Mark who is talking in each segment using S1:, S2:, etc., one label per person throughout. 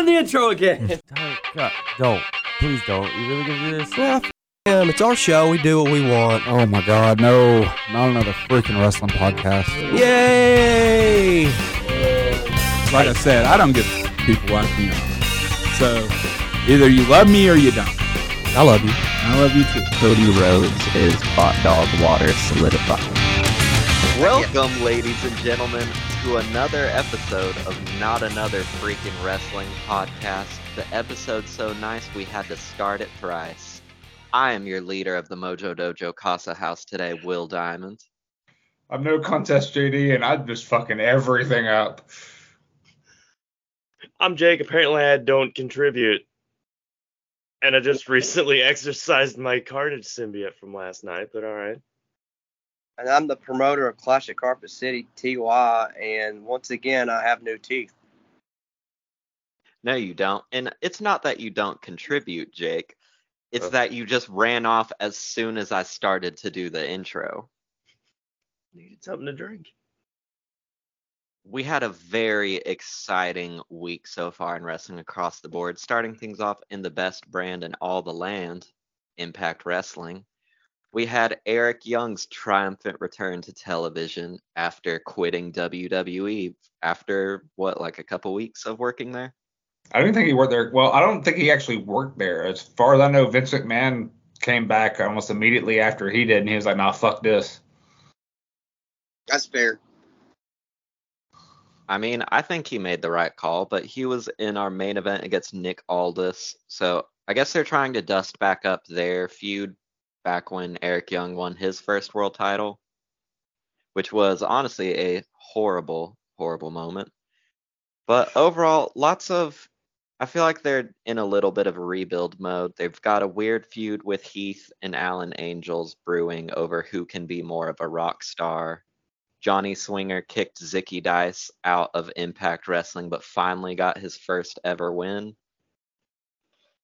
S1: intro again.
S2: Oh, God. Don't. Please don't. You really gonna do this?
S3: Yeah, f- him. It's our show. We do what we want.
S4: Oh my god, no. Not another freaking wrestling podcast.
S3: Yay!
S5: Like I said, I don't give a f- people like me. So either you love me or you don't.
S3: I love you.
S5: I love you too.
S6: Cody Rhodes is hot dog water solidified.
S7: Welcome, ladies and gentlemen, to another episode of Not Another Freaking Wrestling Podcast. The episode so nice we had to start it thrice. I am your leader of the Mojo Dojo Casa House today, Will Diamond.
S8: I'm no contest JD, and I'm just fucking everything up.
S9: I'm Jake. Apparently, I don't contribute. And I just recently exercised my carnage symbiote from last night, but all right.
S10: and I'm the promoter of Clash at Carpet City TY. And once again, I have no teeth.
S7: No, you don't. And it's not that you don't contribute, Jake. It's
S9: Oh.
S7: that you just ran off as soon as I started to do the intro.
S9: Needed something to drink.
S7: we had a very exciting week so far in wrestling across the board, starting things off in the best brand in all the land, Impact Wrestling. We had Eric Young's triumphant return to television after quitting WWE after what, like a couple weeks of working there?
S8: I don't think he worked there. Well, I don't think he actually worked there. As far as I know, Vince McMahon came back almost immediately after he did, and he was like, "Nah, fuck this."
S10: That's fair.
S7: I mean, I think he made the right call, but he was in our main event against Nick Aldis. So I guess they're trying to dust back up their feud back when Eric Young won his first world title, which was honestly a horrible, horrible moment. But overall, lots of. I feel like they're in a little bit of a rebuild mode. They've got a weird feud with Heath and Alan Angels brewing over who can be more of a rock star. Johnny Swinger kicked Zicky Dice out of Impact Wrestling, but finally got his first ever win.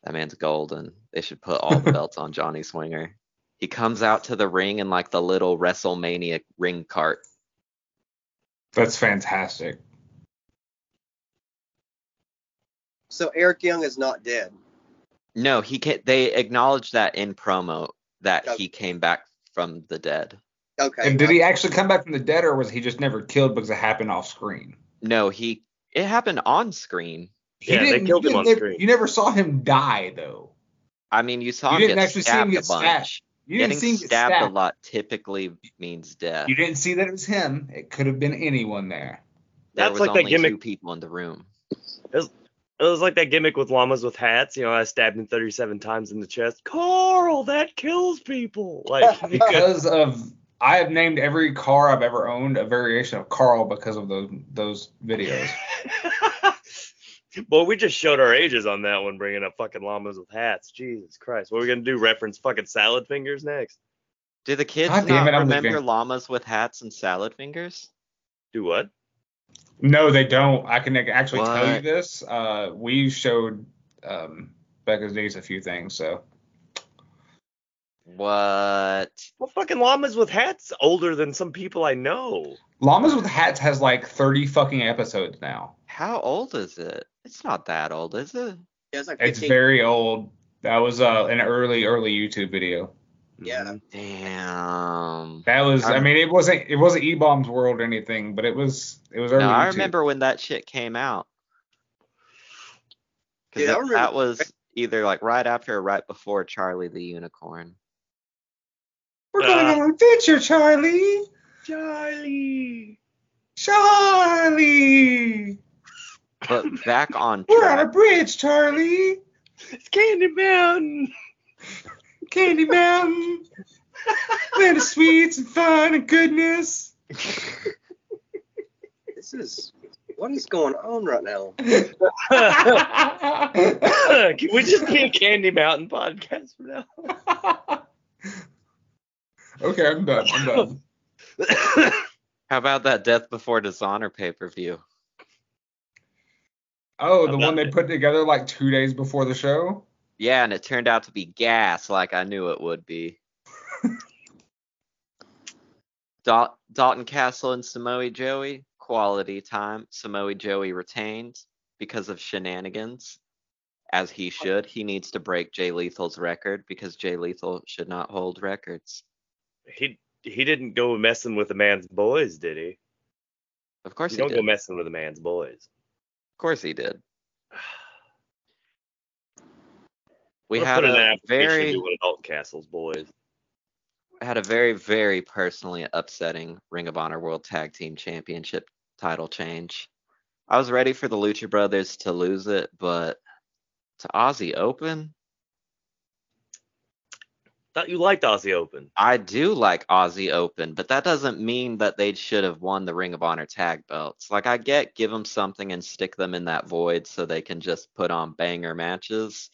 S7: That man's golden. They should put all the belts on Johnny Swinger. He comes out to the ring in like the little WrestleMania ring cart.
S8: That's fantastic.
S10: So Eric Young is not dead.
S7: No, he can They acknowledged that in promo that he came back from the dead.
S10: Okay.
S8: and did he actually come back from the dead, or was he just never killed because it happened off screen?
S7: No, he. It happened on screen.
S8: He
S9: Yeah, they
S8: didn't-
S9: killed
S8: you
S9: him on
S8: didn't-
S9: screen.
S8: You never saw him die though.
S7: I mean, you saw
S8: You
S7: him
S8: didn't
S7: get
S8: actually see him
S7: stabbed
S8: get
S7: a bunch.
S8: stabbed. You
S7: Getting
S8: didn't see him get
S7: stabbed,
S8: stabbed
S7: a lot typically means death.
S8: You didn't see that it was him. It could have been anyone there.
S7: There
S9: That's
S7: was
S9: like that
S7: only two
S9: gimmick-
S7: people in the room.
S9: It was like that gimmick with llamas with hats. You know, I stabbed him 37 times in the chest. Carl, that kills people. Like,
S8: because of I have named every car I've ever owned a variation of Carl because of those those videos.
S9: Boy, we just showed our ages on that one, bringing up fucking llamas with hats. Jesus Christ. What are we going to do? Reference fucking salad fingers next?
S7: Do the kids
S8: God damn
S7: not
S8: it, I'm
S7: remember
S8: leaving.
S7: llamas with hats and salad fingers?
S9: Do what?
S8: No, they don't. I can actually tell you
S7: What?
S8: this. Uh, we showed um, Becca's niece a few things, so
S7: What?
S9: Well, fucking llamas with hats older than some people I know.
S8: Llamas with Hats has like 30 fucking episodes now.
S7: How old is it? It's not that old, is it?
S10: Yeah, it's like
S8: It's
S10: 15.
S8: very old. That was uh, an early, early YouTube video.
S10: yeah.
S7: Damn.
S8: That was, I
S7: I'm-
S8: mean, it wasn't, it wasn't E Bomb's World or anything, but it was, it was early.
S7: No, I
S8: YouTube.
S7: remember when that shit came out. 'Cause
S10: Dude, I
S7: that,
S10: remember-
S7: that was either like right after or right before Charlie the Unicorn.
S8: We're going
S9: Uh.
S8: on an adventure, Charlie.
S9: Charlie.
S8: Charlie.
S7: But back on
S8: We're on a
S7: track.
S8: bridge, Charlie.
S9: It's Candy Mountain.
S8: Candy Mountain. Land of sweets and fun and goodness.
S10: This is what is going on right now.
S9: Can we just be a Candy Mountain podcast from now?
S8: okay, I'm done. I'm done.
S9: on?
S7: How about that Death Before Dishonor pay per view?
S8: Oh, the
S9: I'm
S8: one
S9: done.
S8: they put together like two days before the show.
S7: Yeah, and it turned out to be gas, like I knew it would be. Dal- Dalton Castle and Samoa Joey, quality time. Samoa Joey retained because of shenanigans. as he should, he needs to break Jay Lethal's record because Jay Lethal should not hold records.
S9: He he didn't go messing with a man's boys, did he?
S7: Of course
S9: You
S7: he
S9: don't
S7: did.
S9: go messing with a man's boys.
S7: of course he did. We
S9: We'll
S7: had
S9: put in an
S7: a
S9: application
S7: very
S9: to adult castles boys.
S7: had a very very personally upsetting Ring of Honor World Tag Team Championship title change. I was ready for the Lucha Brothers to lose it, but to Aussie Open,
S9: Thought you liked Aussie Open.
S7: I do like Aussie Open, but that doesn't mean that they should have won the Ring of Honor tag belts. Like I get give them something and stick them in that void so they can just put on banger matches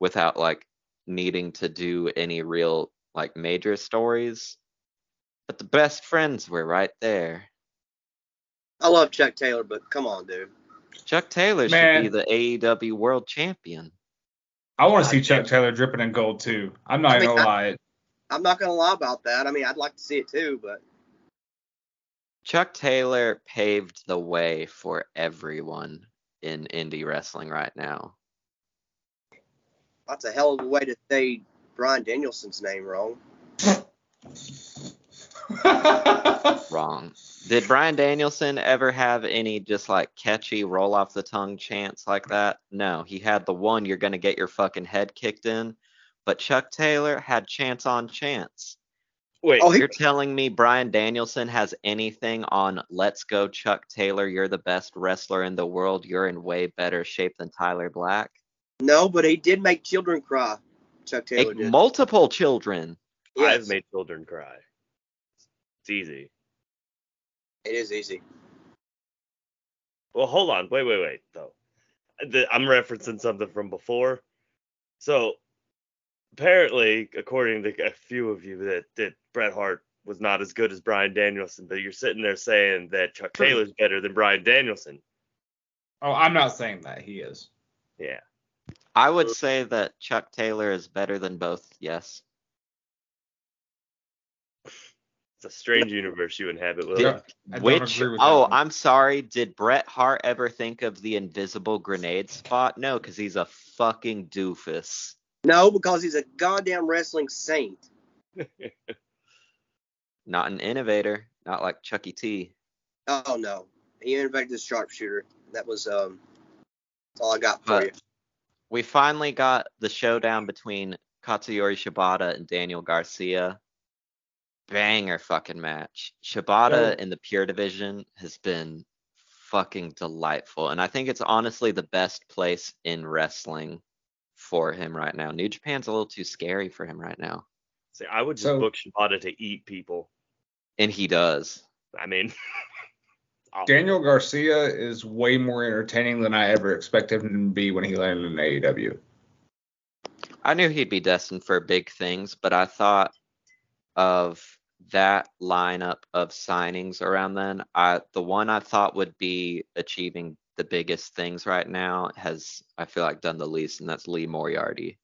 S7: without like needing to do any real like major stories. But the best friends were right there.
S10: I love Chuck Taylor, but come on, dude.
S7: Chuck Taylor
S8: Man.
S7: should be the AEW world champion.
S8: I want to see Chuck Taylor dripping in gold too. I'm not
S10: I mean,
S8: gonna
S10: I-
S8: lie.
S10: I'm not gonna lie about that. I mean, I'd like to see it too, but
S7: Chuck Taylor paved the way for everyone in indie wrestling right now.
S10: that's a hell of a way to say Brian Danielson's name wrong.
S7: wrong. Did Brian Danielson ever have any just like catchy roll off the tongue chants like that? No, he had the one you're gonna get your fucking head kicked in. But Chuck Taylor had chance on chance.
S9: Wait,
S10: Oh, he-
S7: You're telling me Brian Danielson has anything on Let's Go Chuck Taylor, you're the best wrestler in the world, you're in way better shape than Tyler Black?
S10: No, but he did make children cry. Chuck Taylor
S7: Make
S10: did.
S7: multiple children.
S10: Yes,
S9: I've made children cry. It's easy.
S10: it is easy.
S9: Well, hold on. Wait, wait, wait. Though, the, I'm referencing something from before. So, apparently, according to a few of you, that that Bret Hart was not as good as Brian Danielson. But you're sitting there saying that Chuck
S8: Hmm.
S9: Taylor's better than Brian Danielson.
S8: oh, I'm not saying that he is.
S7: I would say that Chuck Taylor is better than both, yes.
S9: It's a strange universe you inhabit. Will.
S8: Yeah. I don't
S7: Which
S8: agree with that
S7: oh,
S8: one.
S7: I'm sorry. Did Bret Hart ever think of the invisible grenade spot? No, because he's a fucking doofus.
S10: No, because he's a goddamn wrestling saint.
S7: Not an innovator. Not like Chucky T.
S10: Oh no, he invented the sharpshooter. That was um, that's all I got for
S7: But-
S10: you.
S7: We finally got the showdown between Katsuyori Shibata and Daniel Garcia. Banger fucking match. Shibata in the pure division has been fucking delightful. And I think it's honestly the best place in wrestling for him right now. New Japan's a little too scary for him right now.
S9: See, I would just
S8: So-
S9: book Shibata to eat people.
S7: And he does.
S9: I mean,
S8: Daniel Garcia is way more entertaining than I ever expected him to be when he landed in E AEW.
S7: I knew he'd be destined for big things, but I thought of that lineup of signings around then. I the one I thought would be achieving the biggest things right now has I feel like done the least, and that's Lee Moriarty.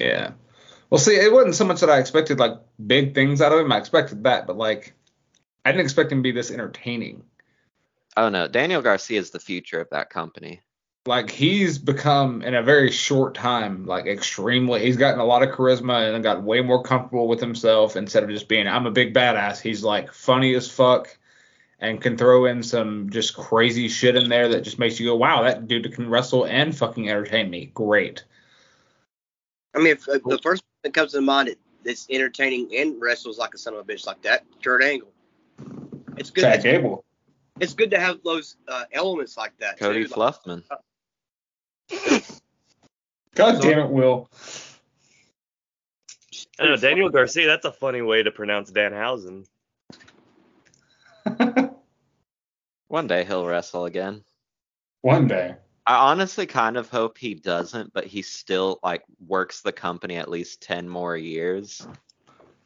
S8: Yeah. Well, see, it wasn't so much that I expected like big things out of him. I expected that, but like, I didn't expect him to be this entertaining.
S7: Oh no, Daniel Garcia is the future of that company.
S8: Like he's become in a very short time, like extremely. He's gotten a lot of charisma and got way more comfortable with himself. Instead of just being, I'm a big badass. He's like funny as fuck, and can throw in some just crazy shit in there that just makes you go, wow, that dude can wrestle and fucking entertain me. Great.
S10: I mean, if, if the first one that comes to mind that- that's entertaining and wrestles like a son of a bitch like that, Kurt Angle. It's good.
S8: Chad
S10: It's,
S8: Gable.
S10: it's good to have those uh, elements like that.
S7: Cody
S10: too. Like,
S7: Fluffman.
S8: God damn it, Will.
S9: I don't know, Daniel Garcia. That's a funny way to pronounce Danhausen.
S7: One day he'll wrestle again.
S8: One day.
S7: I honestly kind of hope he doesn't, but he still like works the company at least ten more years,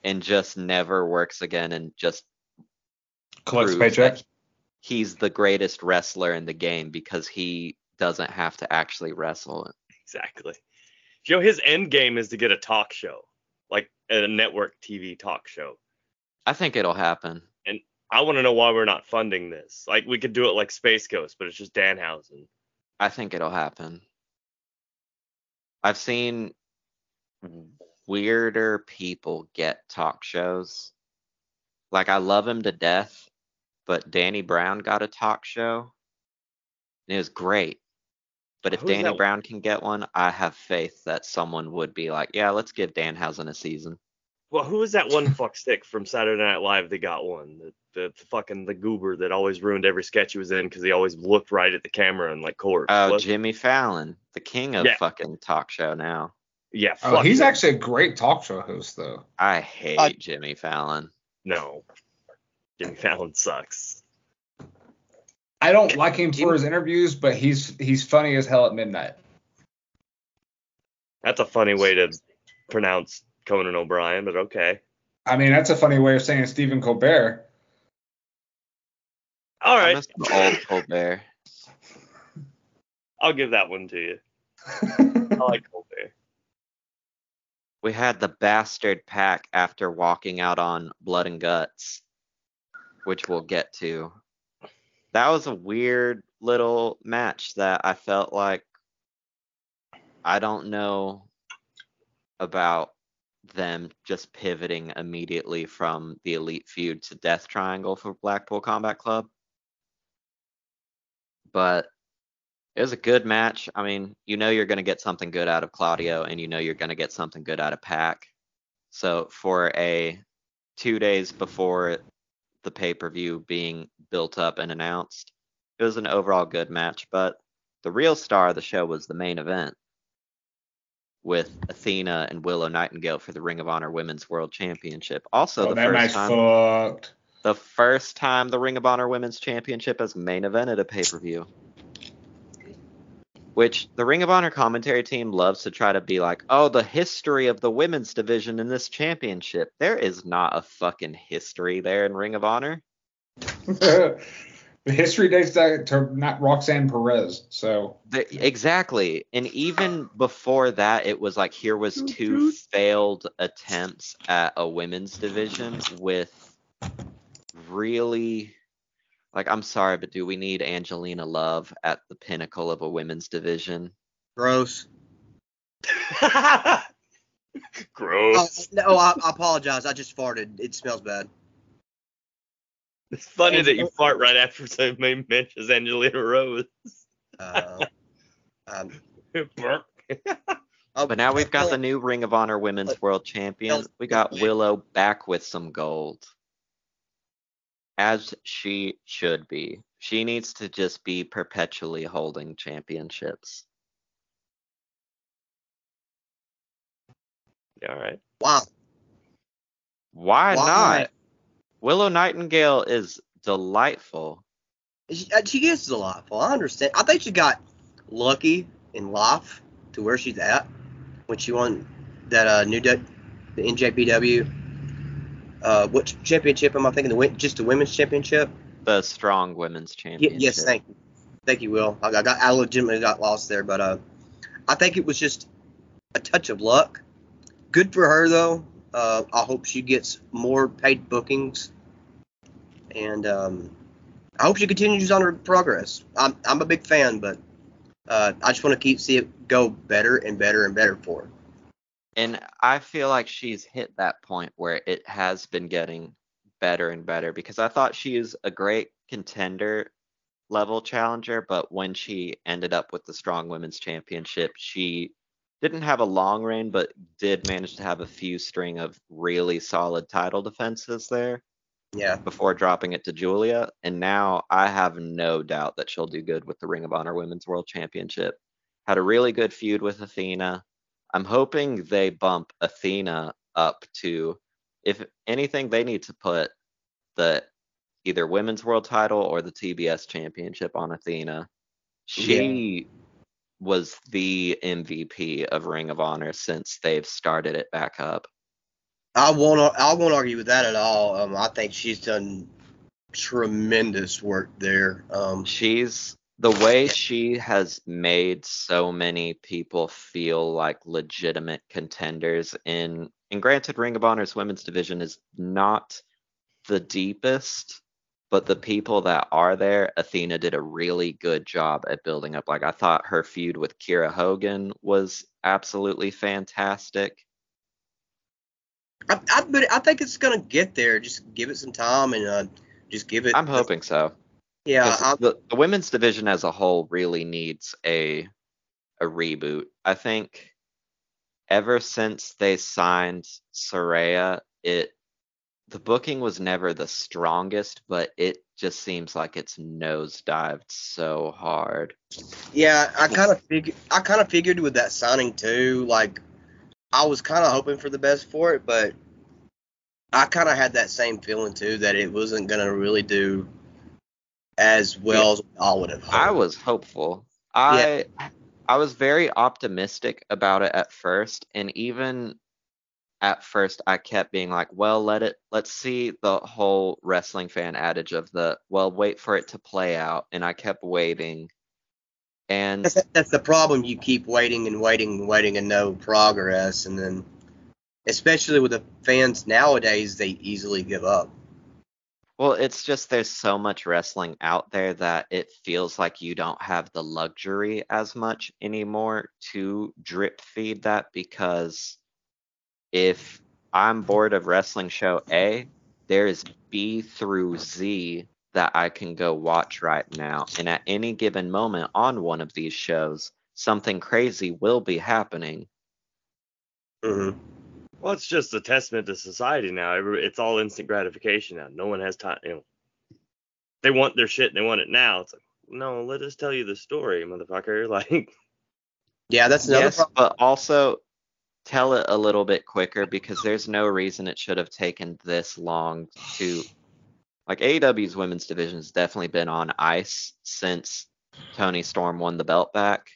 S7: and just never works again, and just
S8: Collects
S7: proves that
S8: paychecks.
S7: he's the greatest wrestler in the game because he doesn't have to actually wrestle.
S9: Exactly. You know, his end game is to get a talk show, like a network TV talk show.
S7: I think it'll happen.
S9: I want to know why we're not funding this. Like, we could do it like Space Ghost, but it's just Danhausen.
S7: I think it'll happen. I've seen weirder people get talk shows. Like I love him to death, but Danny Brown got a talk show. And it was great. But if
S9: Who's
S7: Danny
S9: that-
S7: Brown can get one, I have faith that someone would be like, "Yeah, let's give Danhausen a season."
S9: Well, who was that one fuck stick from Saturday Night Live that got one? The, the, the fucking the goober that always ruined every sketch he was in because he always looked right at the camera and like court.
S7: Oh, Jimmy Fallon, the king of
S9: Yeah.
S7: fucking talk show now.
S9: yeah, fuck
S8: Oh, he's
S9: that.
S8: actually a great talk show host, though.
S7: I hate
S9: Uh,
S10: I-
S7: Jimmy Fallon.
S9: no. Jimmy Fallon sucks.
S8: I don't like him for his interviews, but he's he's funny as hell at midnight.
S9: That's a funny way to pronounce Conan O'Brien, but okay.
S8: I mean, that's a funny way of saying Stephen Colbert.
S9: All
S7: I
S9: right,
S7: miss the old Colbert.
S9: I'll give that one to you. I like Colbert.
S7: We had the bastard pack after walking out on Blood and Guts, which we'll get to. That was a weird little match that I felt like I don't know about them just pivoting immediately from the Elite Feud to Death Triangle for Blackpool Combat Club. But it was a good match. I mean, you know you're going to get something good out of Claudio, and you know you're going to get something good out of Pac. So for a two days before the pay per view being built up and announced, it was an overall good match. But the real star of the show was the main event with Athena and Willow Nightingale for the Ring of Honor Women's World Championship. Also,
S8: oh,
S7: the
S8: that
S7: first
S8: match
S7: time
S8: fucked.
S7: the first time the Ring of Honor Women's Championship has main evented a pay per view. Which the Ring of Honor commentary team loves to try to be like, oh, the history of the women's division in this championship. There is not a fucking history there in Ring of Honor.
S8: the history dates back to not Roxanne Perez, so
S7: The- exactly. And even before that, it was like here was two failed attempts at a women's division with really like I'm sorry, but do we need Angelina Love at the pinnacle of a women's division?
S10: Gross. Oh,
S9: Gross.
S10: no, I, I apologize. I just farted. It smells bad.
S9: It's funny that you fart right after somebody mentions Angelina Rose.
S10: Uh, um,
S9: Burp.
S10: oh,
S7: But now we've got the new Ring of Honor Women's World Champion. We got Willow back with some gold. As she should be. She needs to just be perpetually holding championships.
S9: Yeah, all right.
S10: Wow.
S7: Why,
S10: Why?
S7: not? Willow Nightingale is delightful.
S10: She, uh, she is delightful. I understand. I think she got lucky in life to where she's at when she won that uh, new du- the NJPW. Uh, what championship am I thinking? The win- just the women's championship.
S7: The strong women's
S10: Y-
S7: championship.
S10: yes, thank you, thank you, Will. I I got I legitimately got lost there, but uh, I think it was just a touch of luck. Good for her though. Uh, I hope she gets more paid bookings, and um, I hope she continues on her progress. I'm I'm a big fan, but uh, I just want to keep see it go better and better and better for her.
S7: And I feel like she's hit that point where it has been getting better and better because I thought she is a great contender level challenger, but when she ended up with the strong women's championship, she didn't have a long reign, but did manage to have a few string of really solid title defenses there.
S10: Yeah,
S7: before dropping it to Julia. And now I have no doubt that she'll do good with the Ring of Honor Women's World Championship. Had a really good feud with Athena. I'm hoping they bump Athena up to, if anything, they need to put the either women's world title or the TBS championship on Athena. She was the MVP of Ring of Honor since they've started it back up.
S10: I won't I won't argue with that at all. Um, I think she's done tremendous work there. Um,
S7: she's the way she has made so many people feel like legitimate contenders in and granted ring of honor's women's division is not the deepest but the people that are there, Athena did a really good job at building up. Like I thought her feud with Kira Hogan was absolutely fantastic.
S10: I, I, but I think it's gonna get there. Just give it some time and uh, just give it.
S7: I'm hoping so.
S10: Yeah,
S7: 'Cause
S10: I,
S7: the, the women's division as a whole really needs a a reboot. I think ever since they signed Soraya, it the booking was never the strongest, but it just seems like it's nosedived so hard.
S10: yeah. I kind of figured. I kind of figured with that signing too. Like, I was kind of hoping for the best for it, but I kind of had that same feeling too that it wasn't gonna really do as well as I would have.
S7: I
S10: hoped.
S7: was hopeful. I I was very optimistic about it at first, and even at first I kept being like, well, let it let's see the whole wrestling fan adage of the well, wait for it to play out, and I kept waiting. And
S10: That's, that's the problem. You keep waiting and waiting and waiting and no progress, and then, especially with the fans nowadays, they easily give up.
S7: well, it's just there's so much wrestling out there that it feels like you don't have the luxury as much anymore to drip feed that because if I'm bored of wrestling show A, there is B through Z that I can go watch right now. And at any given moment on one of these shows, something crazy will be happening.
S10: Mm-hmm.
S9: Well, it's just a testament to society now. Every- It's all instant gratification now. No one has time. You know, they want their shit and they want it now. It's like, no, let us tell you the story, motherfucker. Like,
S10: Yeah, that's another
S7: yes,
S10: problem.
S7: but also tell it a little bit quicker because there's no reason it should have taken this long to like AEW's women's division's definitely been on ice since Tony Storm won the belt back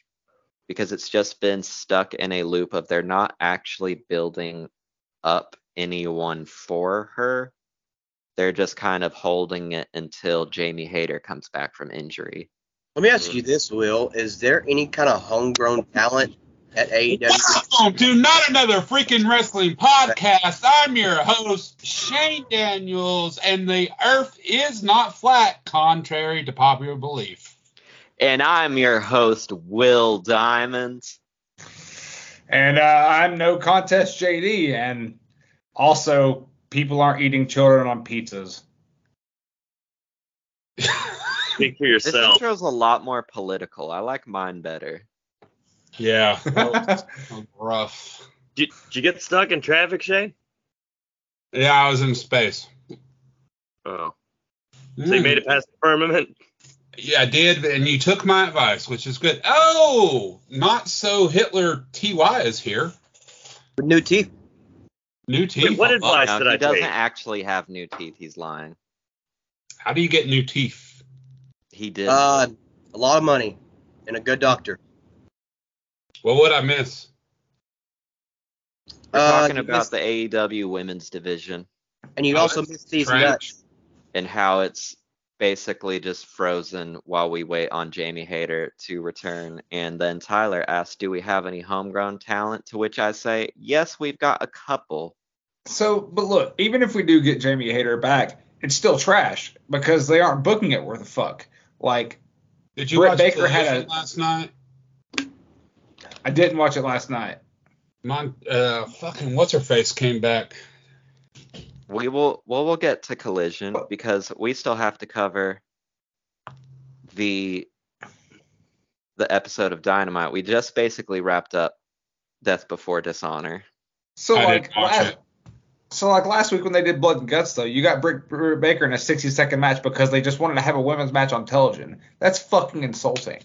S7: because it's just been stuck in a loop of they're not actually building up anyone for her. They're just kind of holding it until Jamie Hayter comes back from injury.
S10: Let me ask you
S8: Mm.
S10: this, Will: Is there any kind of homegrown talent at E AEW?
S1: Welcome to not another freaking wrestling podcast. I'm your host, Shane Daniels, and the earth is not flat, contrary to popular belief.
S7: And I'm your host, Will Diamond.
S8: And uh, I'm no contest JD, and also people aren't eating children on pizzas.
S9: speak for
S7: This
S9: yourself.
S7: intro's a lot more political. I like mine better.
S1: yeah. that was rough.
S9: Did, did you get stuck in traffic, Shane?
S1: Yeah, I was in space.
S9: Oh. So you made it past the firmament?
S1: Yeah, I did, and you took my advice, which is good. Oh, not so Hitler TY is here.
S10: With new teeth?
S1: New teeth.
S9: what
S1: Oh,
S9: advice?
S7: No,
S9: did I
S7: he doesn't
S9: take?
S7: actually have new teeth. He's lying.
S1: How do you get new teeth?
S7: He did.
S10: Uh, a lot of money and a good doctor.
S1: What would I miss?
S7: We're
S10: uh,
S7: talking
S10: you
S7: about
S10: missed-
S7: the AEW women's division
S10: And you
S1: Oh,
S10: also
S1: that's
S10: missed these
S1: trash.
S10: nuts.
S7: and how it's basically just frozen while we wait on Jamie Hayter to return. And then Tyler asked, "Do we have any homegrown talent?" To which I say, "Yes, we've got a couple."
S8: So, but look, even if we do get Jamie Hayter back, it's still trash because they aren't booking it worth a fuck. Like,
S1: Did you
S8: Britt
S1: watch
S8: Baker
S1: Baker
S8: had a-
S1: last night?
S8: I didn't watch it last night.
S1: My uh, fucking what's her face came back.
S7: We will. Well, we'll get to collision because we still have to cover the the episode of Dynamite. We just basically wrapped up Death Before Dishonor.
S8: So
S1: I
S8: like,
S1: didn't watch
S8: last,
S1: it.
S8: so like last week when they did Blood and Guts, though, you got Britt Britt Baker in a 60 second match because they just wanted to have a women's match on television. That's fucking insulting.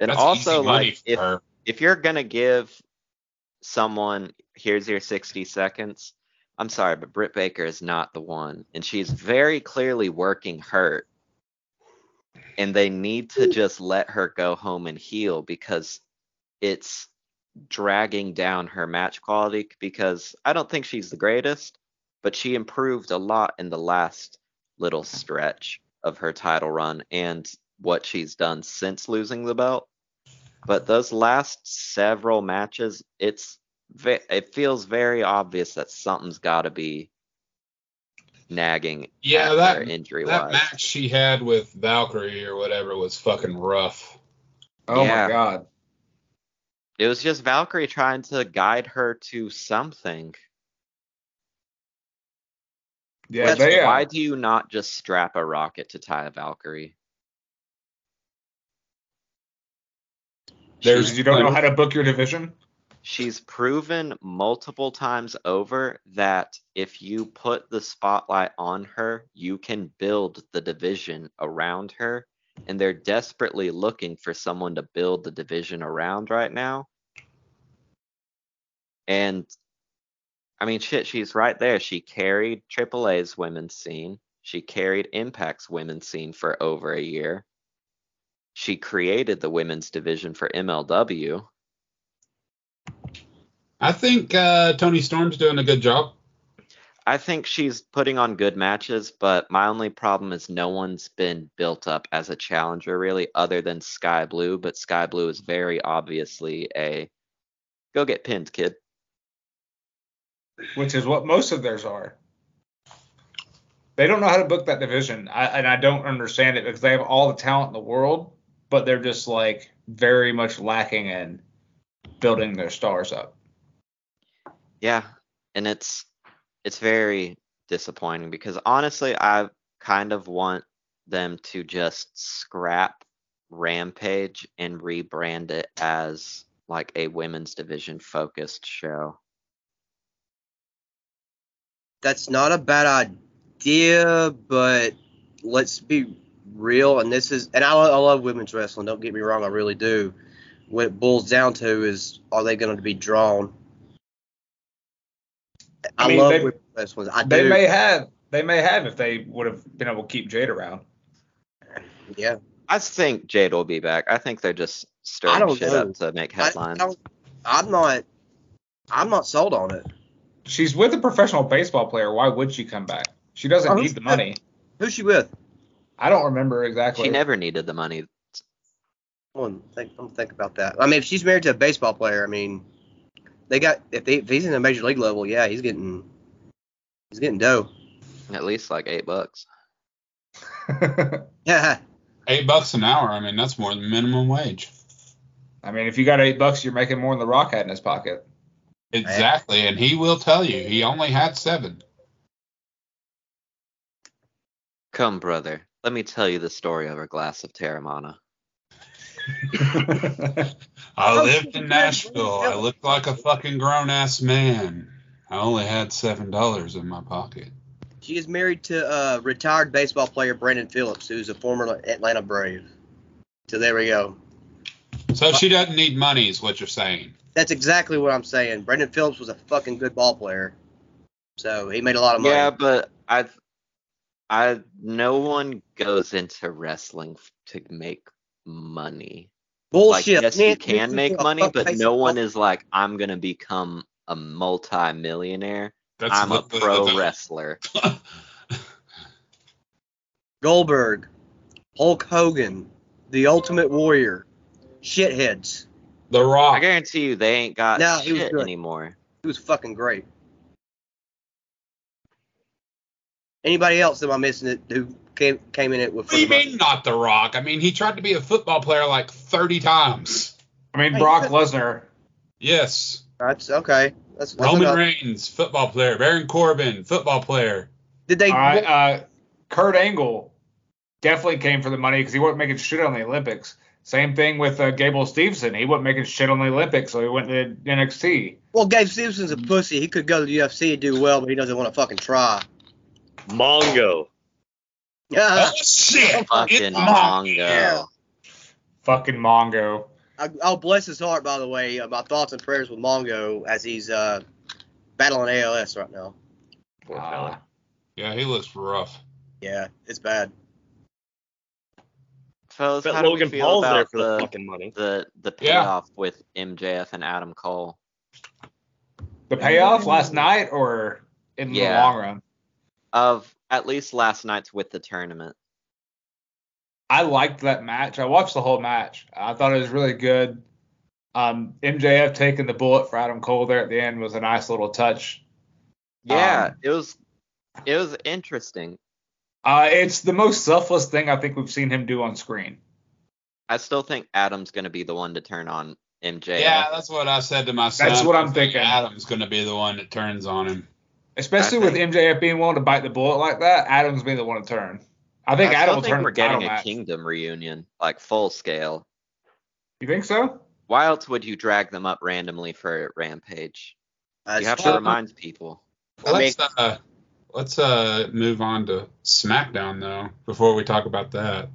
S7: And
S1: That's
S7: also,
S1: easy money
S7: like,
S1: for
S7: if
S1: her.
S7: if you're gonna give someone here's your 60 seconds, I'm sorry, but Britt Baker is not the one, and she's very clearly working hurt. And they need to just let her go home and heal because it's dragging down her match quality. Because I don't think she's the greatest, but she improved a lot in the last little stretch of her title run and what she's done since losing the belt but those last several matches it's ve- it feels very obvious that something's got to be nagging.
S1: Yeah,
S7: at
S1: that-
S7: her injury
S1: That
S7: wise.
S1: match she had with Valkyrie or whatever was fucking rough.
S8: Oh
S7: Yeah.
S8: my god.
S7: It was just Valkyrie trying to guide her to something.
S8: Yeah,
S7: Which,
S8: they, uh,
S7: why do you not just strap a rocket to tie a Valkyrie?
S8: There's, you don't know how to book your division.
S7: She's proven multiple times over that if you put the spotlight on her, you can build the division around her. And they're desperately looking for someone to build the division around right now. And I mean, shit, she's right there. She carried AAA's women's scene, she carried Impact's women's scene for over a year. She created the women's division for MLW.
S1: I think uh, Tony Storm's doing a good job.
S7: I think she's putting on good matches, but my only problem is no one's been built up as a challenger really, other than Sky Blue. But Sky Blue is very obviously a go get pinned kid.
S8: which is what most of theirs are. They don't know how to book that division, I, and I don't understand it because they have all the talent in the world, but they're just like very much lacking in building their stars up.
S7: Yeah, and it's it's very disappointing because honestly, I kind of want them to just scrap Rampage and rebrand it as like a women's division focused show.
S10: That's not a bad idea, but let's be real. And this is, and I, lo- I love women's wrestling. Don't get me wrong, I really do. What it boils down to is, are they going to be drawn? I,
S8: I mean,
S10: love
S8: they-
S10: women's wrestling. I
S8: They
S10: do.
S8: may have, they may have if they would have been able to keep Jade around.
S10: yeah.
S7: I think Jade will be back. I think they're just stirring
S10: don't
S7: shit
S10: know.
S7: up to make
S10: I,
S7: headlines.
S10: I, I'm not. I'm not sold on it.
S8: She's with a professional baseball player. Why would she come back? She doesn't
S10: Oh,
S8: need the money.
S10: Who's she with?
S8: I don't remember exactly.
S7: she never needed the money.
S10: Hold on, think, I'm gonna think about that. I mean, if she's married to a baseball player, I mean, they got if, they, if he's in the major league level, yeah, he's getting he's getting dough.
S7: At least like eight bucks.
S10: Yeah,
S1: Eight bucks an hour. I mean, that's more than minimum wage.
S8: I mean, if you got eight bucks, you're making more than the Rock had in his pocket.
S1: Exactly, and he will tell you he only had seven.
S7: Come, brother, let me tell you the story over a glass of Terramana.
S1: I
S10: Oh,
S1: lived
S10: shit,
S1: in
S10: yeah,
S1: Nashville. I
S10: yeah.
S1: looked like a fucking grown ass man. I only had seven dollars in my pocket.
S10: she is married to uh, retired baseball player Brandon Phillips, who's a former Atlanta Brave. So there we go.
S1: So she doesn't need money, is what you're saying.
S10: That's exactly what I'm saying. Brandon Phillips was a fucking good ball player, so he made a lot of money.
S7: Yeah, but I, I no one goes into wrestling f- to make money.
S10: Bullshit.
S7: Like yes,
S10: Man,
S7: you can make money, but no one
S10: is.
S7: is like I'm gonna become a multi-millionaire.
S1: That's
S7: I'm a
S1: literally
S7: pro
S1: the-
S7: wrestler.
S10: Goldberg, Hulk Hogan, The Ultimate Warrior, shitheads.
S1: The
S7: I
S1: Rock.
S7: guarantee you they ain't got
S10: No, he was
S7: shit
S10: good.
S7: anymore.
S10: He was fucking great. Anybody else am I missing it who came came in it with?
S1: What do you
S10: for the money?
S1: mean not The Rock? I mean, he tried to be a football player like 30 times.
S8: I mean,
S10: Hey,
S8: Brock
S10: shut-
S8: Lesnar
S1: Yes.
S10: That's okay. That's, that's
S1: Roman
S10: enough.
S1: Reigns, football player. Baron Corbin, football player.
S10: Did they?
S8: All right, uh, Kurt Angle definitely came for the money because he wasn't making shit on the Olympics. Same thing with uh, Gable Stevenson. He wasn't making shit on the Olympics, so he went to NXT.
S10: Well, Gabe Simpson's a pussy. He could go to the UFC and do well, but he doesn't want to fucking try.
S9: Mongo.
S10: Yeah,
S1: oh, shit.
S7: fucking
S1: It's Mongo.
S7: Mongo.
S10: yeah.
S8: Fucking Mongo.
S10: I, I'll bless his heart. By the way, uh, my thoughts and prayers with Mongo as he's uh, battling ALS right now.
S9: Poor
S8: Ah.
S9: fella.
S1: Yeah, he looks rough.
S10: Yeah, it's bad.
S7: Fellas,
S9: But
S7: how do
S9: Logan
S7: we feel
S9: Paul's there
S7: about
S9: for the
S7: the,
S9: fucking money.
S7: the the
S1: Yeah.
S7: payoff with MJF and Adam Cole?
S8: The payoff last night or in the
S7: Yeah.
S8: long run?
S7: Of at least last night's with the tournament.
S8: I liked that match. I watched the whole match. I thought it was really good. Um, MJF taking the bullet for Adam Cole there at the end was a nice little touch.
S7: Yeah,
S8: Um,
S7: it was It was interesting.
S8: Uh, it's the most selfless thing I think we've seen him do on screen.
S7: I still think Adam's going to be the one to turn on MJ.
S1: Yeah, that's what I said to myself.
S8: That's what I'm thinking.
S1: Adam's going to be the one that turns on him.
S8: Especially
S7: I
S8: with
S7: think-
S8: MJF being willing to bite the bullet like that, Adams being the one to turn. I think
S7: I
S8: Adam
S7: still
S8: will
S7: think
S8: turn.
S7: we're
S8: the title
S7: getting a
S8: match.
S7: kingdom reunion, like full scale.
S8: You think so?
S7: Why else would you drag them up randomly for Rampage? You have to
S1: true.
S7: remind people.
S10: I mean-
S1: Let's uh, let's uh move on to SmackDown though before we talk about that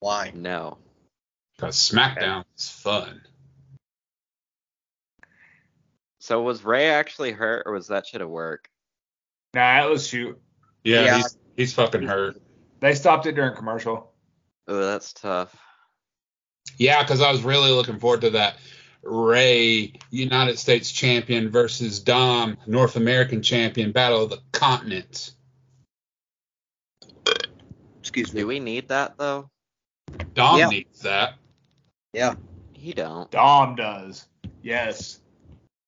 S10: Why?
S7: No.
S1: because SmackDown is fun.
S7: So was Ray actually hurt, or was that shit a work?
S8: Nah, that was shoot.
S1: Yeah,
S10: Yeah.
S1: he's he's fucking hurt.
S8: They stopped it during commercial.
S7: Oh, that's tough.
S1: Yeah, because I was really looking forward to that Ray United States champion versus Dom North American champion battle of the continents.
S10: Excuse me.
S7: Do we need that though?
S1: Dom
S10: Yeah.
S1: needs that.
S7: He don't.
S8: Dom does. Yes.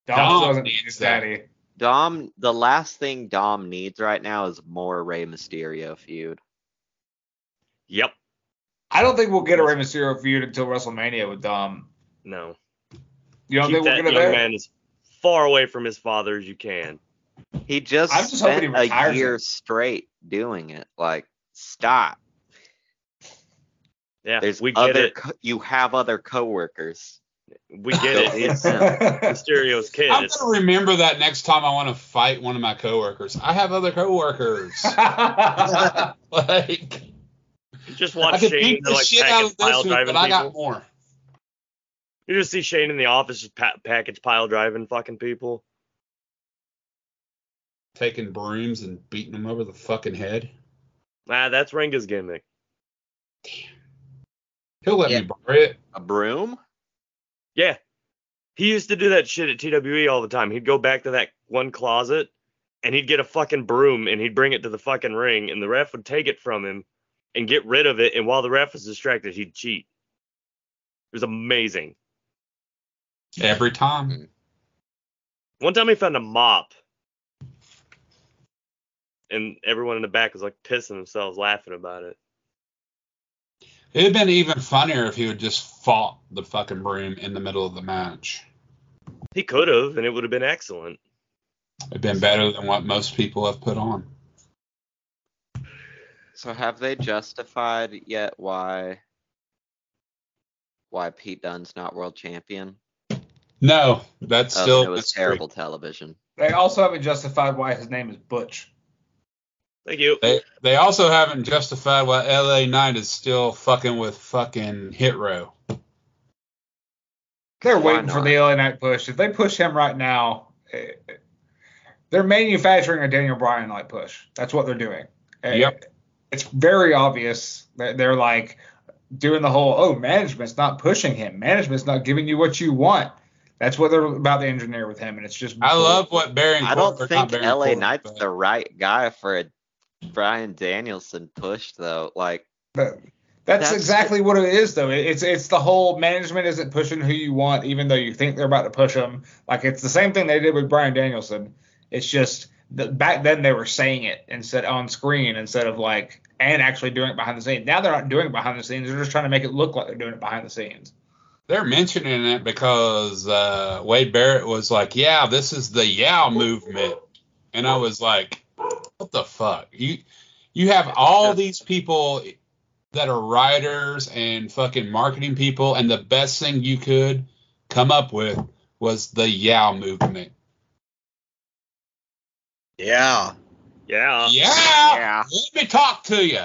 S8: Dom,
S1: Dom
S8: doesn't
S1: needs
S8: need his
S1: that.
S8: daddy.
S7: Dom. The last thing Dom needs right now is more Ray Mysterio feud.
S9: Yep.
S8: I don't think we'll get a Rey Mysterio feud until WrestleMania with Dom.
S9: No.
S8: You don't
S9: Keep
S8: think we're
S9: that
S8: gonna
S9: young
S8: there?
S9: man as far away from his father as you can.
S7: He just
S8: I'm just hoping
S7: spent
S8: he
S7: a
S8: retires
S7: year
S8: it.
S7: straight doing it. Like, stop.
S9: Yeah,
S7: There's
S9: we get
S7: other.
S9: it.
S7: Co- you have other coworkers.
S9: We get it. It's Mysterio's kid.
S1: I'm
S9: It's-
S1: gonna remember that next time I want to fight one of my coworkers. I have other coworkers. like
S9: Just
S1: I
S9: watch
S1: could
S9: Shane
S1: beat
S9: they're,
S1: the
S9: like
S1: shit out of this
S9: package pile
S1: one, but
S9: driving
S1: I got
S9: people.
S1: more.
S9: You just see Shane in the office just pa- package pile driving fucking people.
S1: Taking brooms and beating them over the fucking head.
S9: Nah, Ah, that's Renga's gimmick.
S1: He'll let
S10: Yeah.
S1: me borrow it.
S7: A broom?
S9: Yeah. He used to do that shit at TWE all the time. He'd go back to that one closet and he'd get a fucking broom and he'd bring it to the fucking ring and the ref would take it from him and get rid of it. And while the ref was distracted, he'd cheat. It was amazing.
S1: Every time.
S9: One time he found a mop and everyone in the back was like pissing themselves laughing about it.
S1: It'd have been even funnier if he would just fought the fucking broom in the middle of the match.
S9: He could have and it would have been excellent.
S1: It'd been better than what most people have put on.
S7: So have they justified yet why why Pete Dunne's not world champion?
S1: No, that's
S7: Oh,
S1: still
S7: it was
S1: that's
S7: terrible television.
S8: they also haven't justified why his name is Butch.
S9: Thank you.
S1: They they also haven't justified why LA Knight is still fucking with fucking Hit Row.
S8: They're
S7: Why
S8: waiting for
S7: not?
S8: the LA Knight push. If they push him right now, eh, eh, they're manufacturing a Daniel Bryan like push. That's what they're doing. Eh,
S1: Yep.
S8: It's very obvious that they're like doing the whole, oh, management's not pushing him. Management's not giving you what you want. That's what they're about to engineer with him, and it's just.
S1: I love what Baron.
S7: I don't
S1: Corbin- not
S7: think
S1: Baron
S7: LA
S1: Corbin,
S7: Knight's
S1: but-
S7: the right guy for a Brian Danielson push though. Like
S8: But that's,
S7: That's-
S8: exactly what it is, though. It- It's it's the whole management isn't pushing who you want, even though you think they're about to push them. Like it's the same thing they did with Brian Danielson. It's just that back then they were saying it instead on screen instead of like and actually doing it behind the scenes. Now they're not doing it behind the scenes. They're just trying to make it look like they're doing it behind the scenes.
S1: They're mentioning it because uh, Wade Barrett was like, "Yeah, this is the Yow movement," and I was like, "What the fuck? You you have all these people that are writers and fucking marketing people, and the best thing you could come up with was the Yow movement."
S10: Yeah.
S9: Yeah.
S1: yeah,
S7: Uh, yeah.
S1: let me talk to you.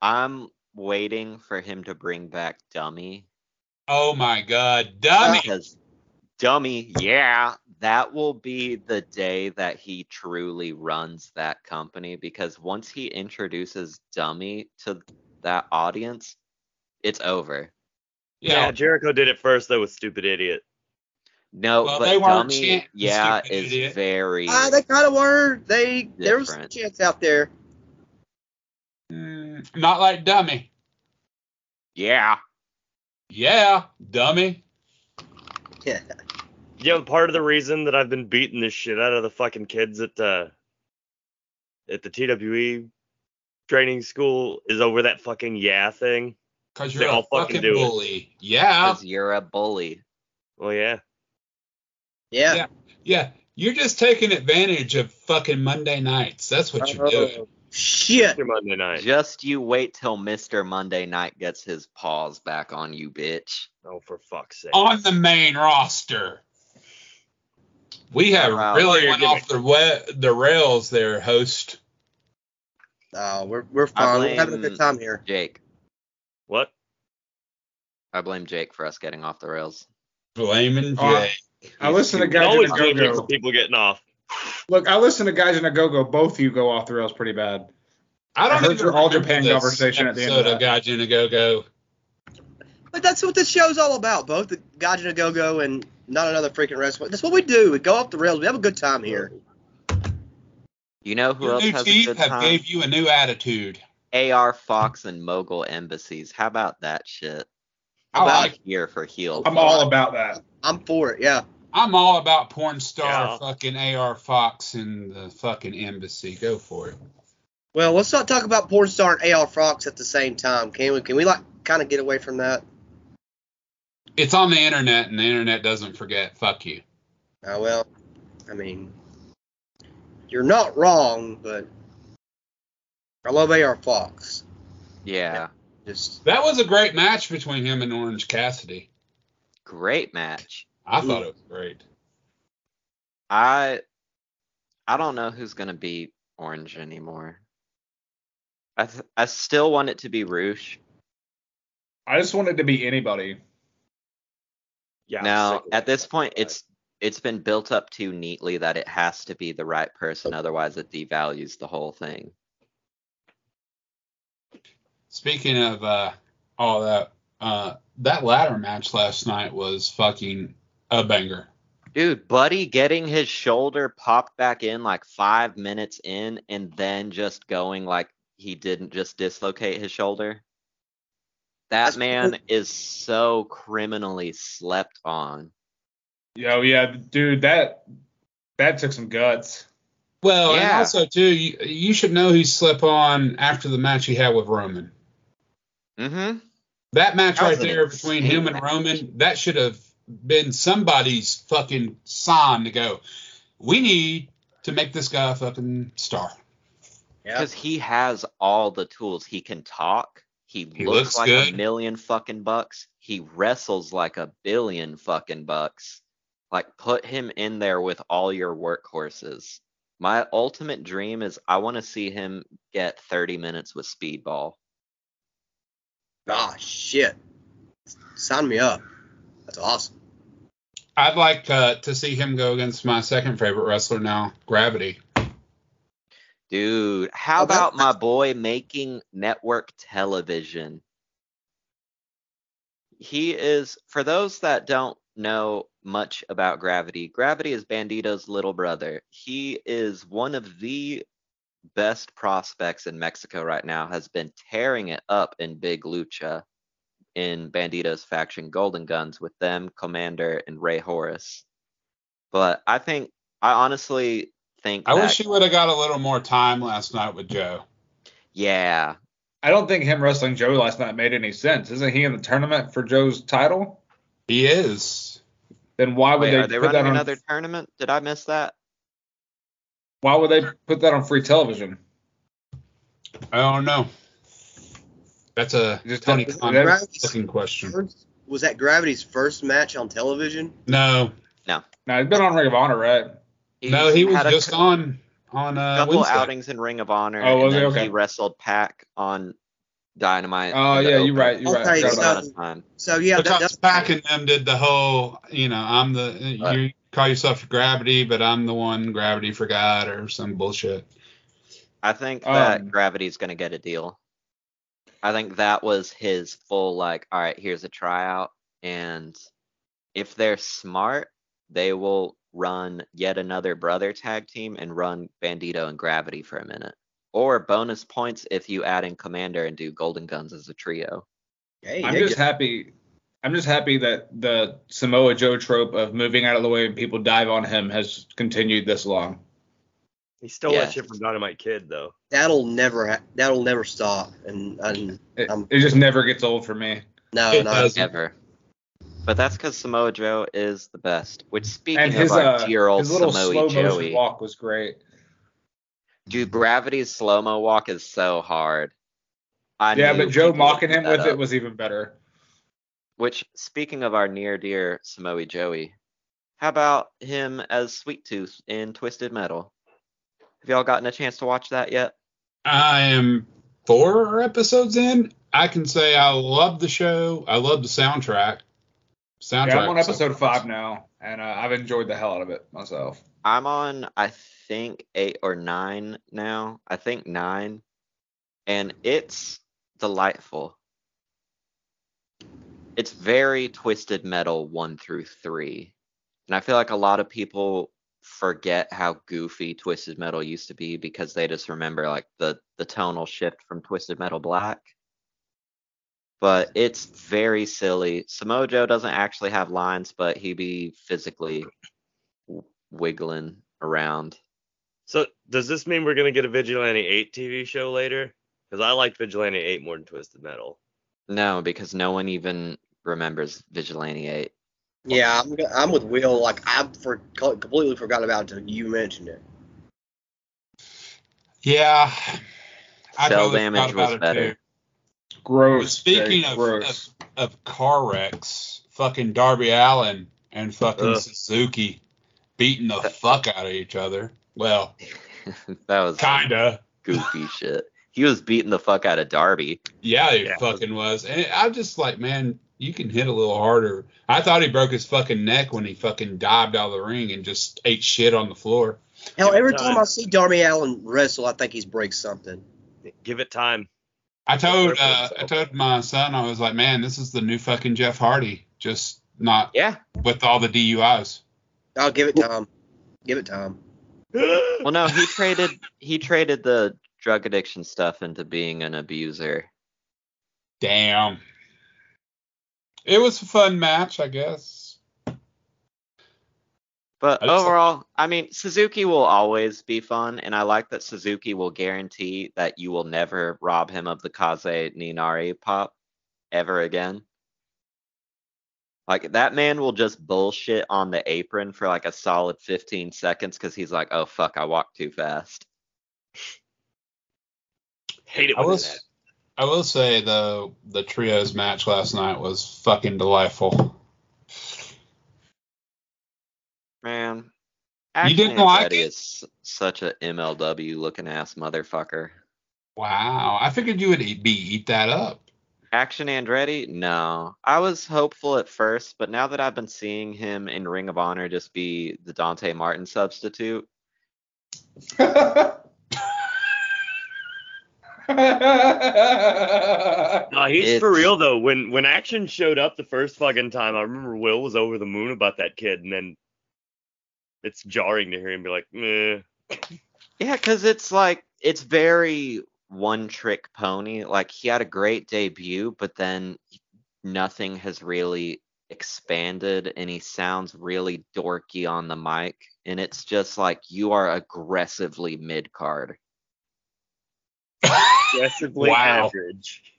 S7: I'm waiting for him to bring back Dummy
S1: Oh my god, dummy!
S7: because Dummy, yeah, that will be the day that he truly runs that company because once he introduces Dummy to that audience, it's over.
S9: Yeah,
S1: yeah,
S9: Jericho did it first though with stupid idiot.
S7: No,
S1: Well,
S7: but
S1: they weren't
S7: Dummy,
S1: chanting,
S7: yeah,
S1: stupid
S7: is
S1: idiot.
S7: very
S10: Ah, they kind of were. They there was some
S7: Different.
S10: chance out there.
S1: Mm, not like dummy.
S7: yeah.
S1: Yeah, dummy.
S10: Yeah.
S9: You know, part of the reason that I've been beating the shit out of the fucking kids at uh, at the TWE training school is over that fucking yeah thing.
S1: Because
S9: They
S1: you're a
S9: all fucking
S1: fucking
S9: do it.
S1: bully. Yeah.
S7: 'Cause you're a bully.
S9: Well, yeah.
S10: Yeah.
S1: Yeah, Yeah. You're just taking advantage of fucking Monday nights. That's what
S8: Uh-huh.
S1: you're doing.
S10: Oh, shit.
S9: Your Monday night.
S7: Just you wait till Mr. Monday Night gets his paws back on you, bitch.
S9: Oh, for fuck's sake.
S1: On the main roster. We have
S7: Wow.
S1: really
S9: You're
S1: went
S9: giving-
S1: off the we- the rails there, host.
S10: Oh, we're we're fine. We're having a
S7: blame-
S10: good time here.
S7: Jake.
S9: What?
S7: I blame Jake for us getting off the rails.
S1: Blaming
S8: Oh, I-
S1: Jay.
S8: I listen to
S9: You
S8: guys in
S9: always
S8: a
S9: blame it for
S8: go-go.
S9: people getting off.
S8: Look, I listen to guys in a go-go. Both of you go off the rails pretty bad.
S1: I
S8: I
S1: don't
S8: heard
S1: even
S8: your All
S1: remember
S8: Japan
S1: this
S8: conversation at the end of
S1: episode Gaijin to Go Go.
S10: But that's what this show's all about. Both the Gaijin and Go Go and not another freaking wrestler. That's what we do. We go off the rails. We have a good time here.
S7: You know who
S1: Your
S7: else
S1: new
S7: has a
S1: teeth
S7: good
S1: have
S7: time?
S1: gave you a new attitude.
S7: AR Fox and Mogul Embassies. How about that shit?
S1: I
S7: How about
S1: like,
S7: here for heel?
S8: I'm
S7: Fox?
S8: all about that.
S10: I'm for it. Yeah.
S1: I'm all about porn star
S9: Yeah.
S1: fucking AR Fox and the fucking embassy. Go for it.
S10: Well, let's not talk about porn star and AR Fox at the same time, can we? Can we like kind of get away from that?
S1: It's on the internet and the internet doesn't forget. Fuck you.
S10: Oh well, I mean, you're not wrong, but I love AR Fox.
S7: Yeah.
S10: Just
S1: That was a great match between him and Orange Cassidy.
S7: Great match.
S1: I thought it was great.
S7: I I don't know who's gonna be orange anymore. I th- I still want it to be Roosh.
S8: I just want it to be anybody.
S9: Yeah. I'm
S7: now
S9: sick of
S7: at
S9: that
S7: this point,
S9: fucking
S7: it's it's been built up too neatly that it has to be the right person, otherwise it devalues the whole thing.
S1: Speaking of uh, all that, uh, that ladder match last night was fucking a banger.
S7: Dude, Buddy getting his shoulder popped back in like five minutes in, and then just going like he didn't just dislocate his shoulder. That
S10: That's-
S7: man is so criminally slept on.
S8: Yo, yeah, dude, that that took some guts.
S1: Well, and
S7: Yeah.
S1: also too, you, you should know who slip on after the match he had with Roman.
S7: Mm-hmm.
S1: That match
S7: That
S1: right
S7: was an
S1: there between
S7: insane
S1: him and
S7: match.
S1: Roman, that should have been somebody's fucking sign to go. We need to make this guy a fucking star.
S10: yeah,
S7: Because he has all the tools. He can talk. He,
S1: He
S7: looks,
S1: looks
S7: like a
S1: good.
S7: million fucking bucks. He wrestles like a billion fucking bucks. Like put him in there with all your workhorses. My ultimate dream is I want to see him get 30 minutes with Speedball.
S10: ah shit, sign me up. That's awesome.
S1: I'd like uh, to see him go against my second favorite wrestler now, Gravity.
S7: Dude, how
S10: Oh, that-
S7: about my boy making network television? He is, for those that don't know much about Gravity, Gravity is Bandito's little brother. He is one of the best prospects in Mexico right now, has been tearing it up in Big Lucha in Bandito's faction Golden Guns with them, Commander, and Ray Horace. But I think, I honestly think
S1: I
S7: that-
S1: wish he would have got a little more time last night with Joe.
S7: yeah.
S8: I don't think him wrestling Joe last night made any sense. Isn't he in the tournament for Joe's title?
S1: He is.
S8: Then why would
S7: Wait,
S8: they,
S7: are they
S8: put
S7: running
S8: that on?
S7: another tournament? Did I miss that?
S8: Why would they put that on free television?
S1: I don't know. That's a
S8: Just
S1: Tony
S8: that-
S1: Khan
S8: that's-
S1: looking
S8: Hmm.
S1: question.
S10: First, was that Gravity's first match on television?
S1: No,
S8: No, he's been on Ring of Honor, right?
S1: no, he was
S7: had a
S1: just
S7: cou-
S1: on on uh,
S7: couple
S1: Wednesday.
S7: outings in Ring of Honor,
S8: Oh,
S7: and
S8: was he?
S7: then
S8: Okay.
S7: he wrestled Pac on Dynamite.
S8: Oh
S7: in the
S8: yeah, you're
S7: opener.
S8: right. You're right.
S10: Okay,
S8: Forgot
S7: Short
S10: so-
S8: about
S7: amount of time.
S10: So yeah, that,
S1: because
S10: that's
S1: Pac and them did the whole, you know, I'm the you call yourself gravity, but I'm the one gravity forgot or some bullshit.
S7: I think that
S8: Um,
S7: Gravity's gonna get a deal. I think that was his full like, all right, here's a tryout, and if they're smart, they will run yet another brother tag team and run Bandito and Gravity for a minute. Or bonus points if you add in Commander and do Golden Guns as a trio.
S10: Hey,
S8: I'm
S10: yeah,
S8: just happy. I'm just happy that the Samoa Joe trope of moving out of the way and people dive on him has continued this long.
S9: He stole
S7: Yeah.
S9: that shit from Dynamite Kid though.
S10: That'll never ha- that'll never stop. And, and
S8: It,
S10: Um,
S8: it just never gets old for me.
S10: no,
S1: It
S10: not,
S1: does.
S7: ever. But that's because Samoa Joe is the best. Which speaking
S8: And his
S7: of our
S8: uh,
S7: dear old
S8: his little slow
S7: Samoa
S8: motion
S7: Joey,
S8: walk was great.
S7: dude, Gravity's slow mo walk is so hard. I
S8: yeah,
S7: knew
S8: but Joe
S7: people would
S8: mocking
S7: eat
S8: him
S7: that
S8: with
S7: up.
S8: it was even better.
S7: Which, speaking of our near dear Samoa Joey, how about him as Sweet Tooth in Twisted Metal? Have y'all gotten a chance to watch that yet?
S1: I am four episodes in. I can say I love the show. I love the soundtrack. Soundtrack.
S8: Yeah, I'm on episode five now, and uh, I've enjoyed the hell out of it myself.
S7: I'm on, I think, eight or nine now. I think nine. And it's delightful. It's very twisted metal one through three. And I feel like a lot of people forget how goofy twisted metal used to be because they just remember like the the tonal shift from twisted metal black but it's very silly samoa joe doesn't actually have lines but he be physically w- wiggling around
S9: So does this mean we're gonna get a Vigilante 8 TV show later? Because I like Vigilante 8 more than Twisted Metal.
S7: No, because no one even remembers Vigilante 8.
S10: yeah, I'm, go- I'm with Will. Like I for, completely forgot about it until you mentioned it.
S1: Yeah.
S7: Cell
S1: totally
S7: damage
S1: forgot about
S7: was
S1: it,
S7: better.
S1: too.
S8: Gross.
S1: Speaking of,
S8: Jake,
S1: of
S8: gross.
S1: of car wrecks, fucking Darby Allen and fucking
S9: Ugh.
S1: Suzuki beating the fuck out of each other. Well,
S7: that was
S1: kinda.
S7: goofy shit. He was beating the fuck out of Darby.
S1: Yeah, he
S9: Yeah.
S1: fucking was. And I'm just like, man, you can hit a little harder. I thought he broke his fucking neck when he fucking dived out of the ring and just ate shit on the floor.
S10: Hell,
S9: Every
S10: every
S9: time.
S10: time I see Darby Allen wrestle, I think he's breaks something.
S9: Give it time.
S1: I told
S9: Perfect,
S1: uh,
S9: so.
S1: I told my son, I was like, man, this is the new fucking Jeff Hardy, just not
S7: Yeah.
S1: with all the DUIs.
S10: I'll give it time. Give it time.
S7: Well, no, he traded he traded the drug addiction stuff into being an abuser.
S1: Damn. It was a fun match, I guess.
S7: But
S1: I just like-
S7: overall, I mean, Suzuki will always be fun, and I like that Suzuki will guarantee that you will never rob him of the Kaze Ninari pop ever again. Like that man will just bullshit on the apron for like a solid 15 seconds because he's like, oh fuck, I walked too fast.
S9: Hate it
S1: I
S9: when
S1: will,
S9: it happens.
S1: s- I will say the the trios match last night was fucking delightful.
S7: Man.
S1: You didn't
S7: Axel
S1: like
S7: Andretti
S1: it?
S7: is such a MLW looking ass motherfucker.
S1: Wow, I figured you would eat, be eat that up.
S7: Action Andretti? No. I was hopeful at first, but now that I've been seeing him in Ring of Honor just be the Dante Martin substitute,
S9: No, he's
S7: It's-
S9: for real though. When when action showed up the first fucking time, I remember Will was over the moon about that kid, and then it's jarring to hear him be like, meh.
S7: yeah, because it's like, it's very one trick pony. Like, he had a great debut, but then nothing has really expanded, and he sounds really dorky on the mic. And it's just like, you are aggressively mid card.
S9: aggressively
S1: Wow.
S9: average.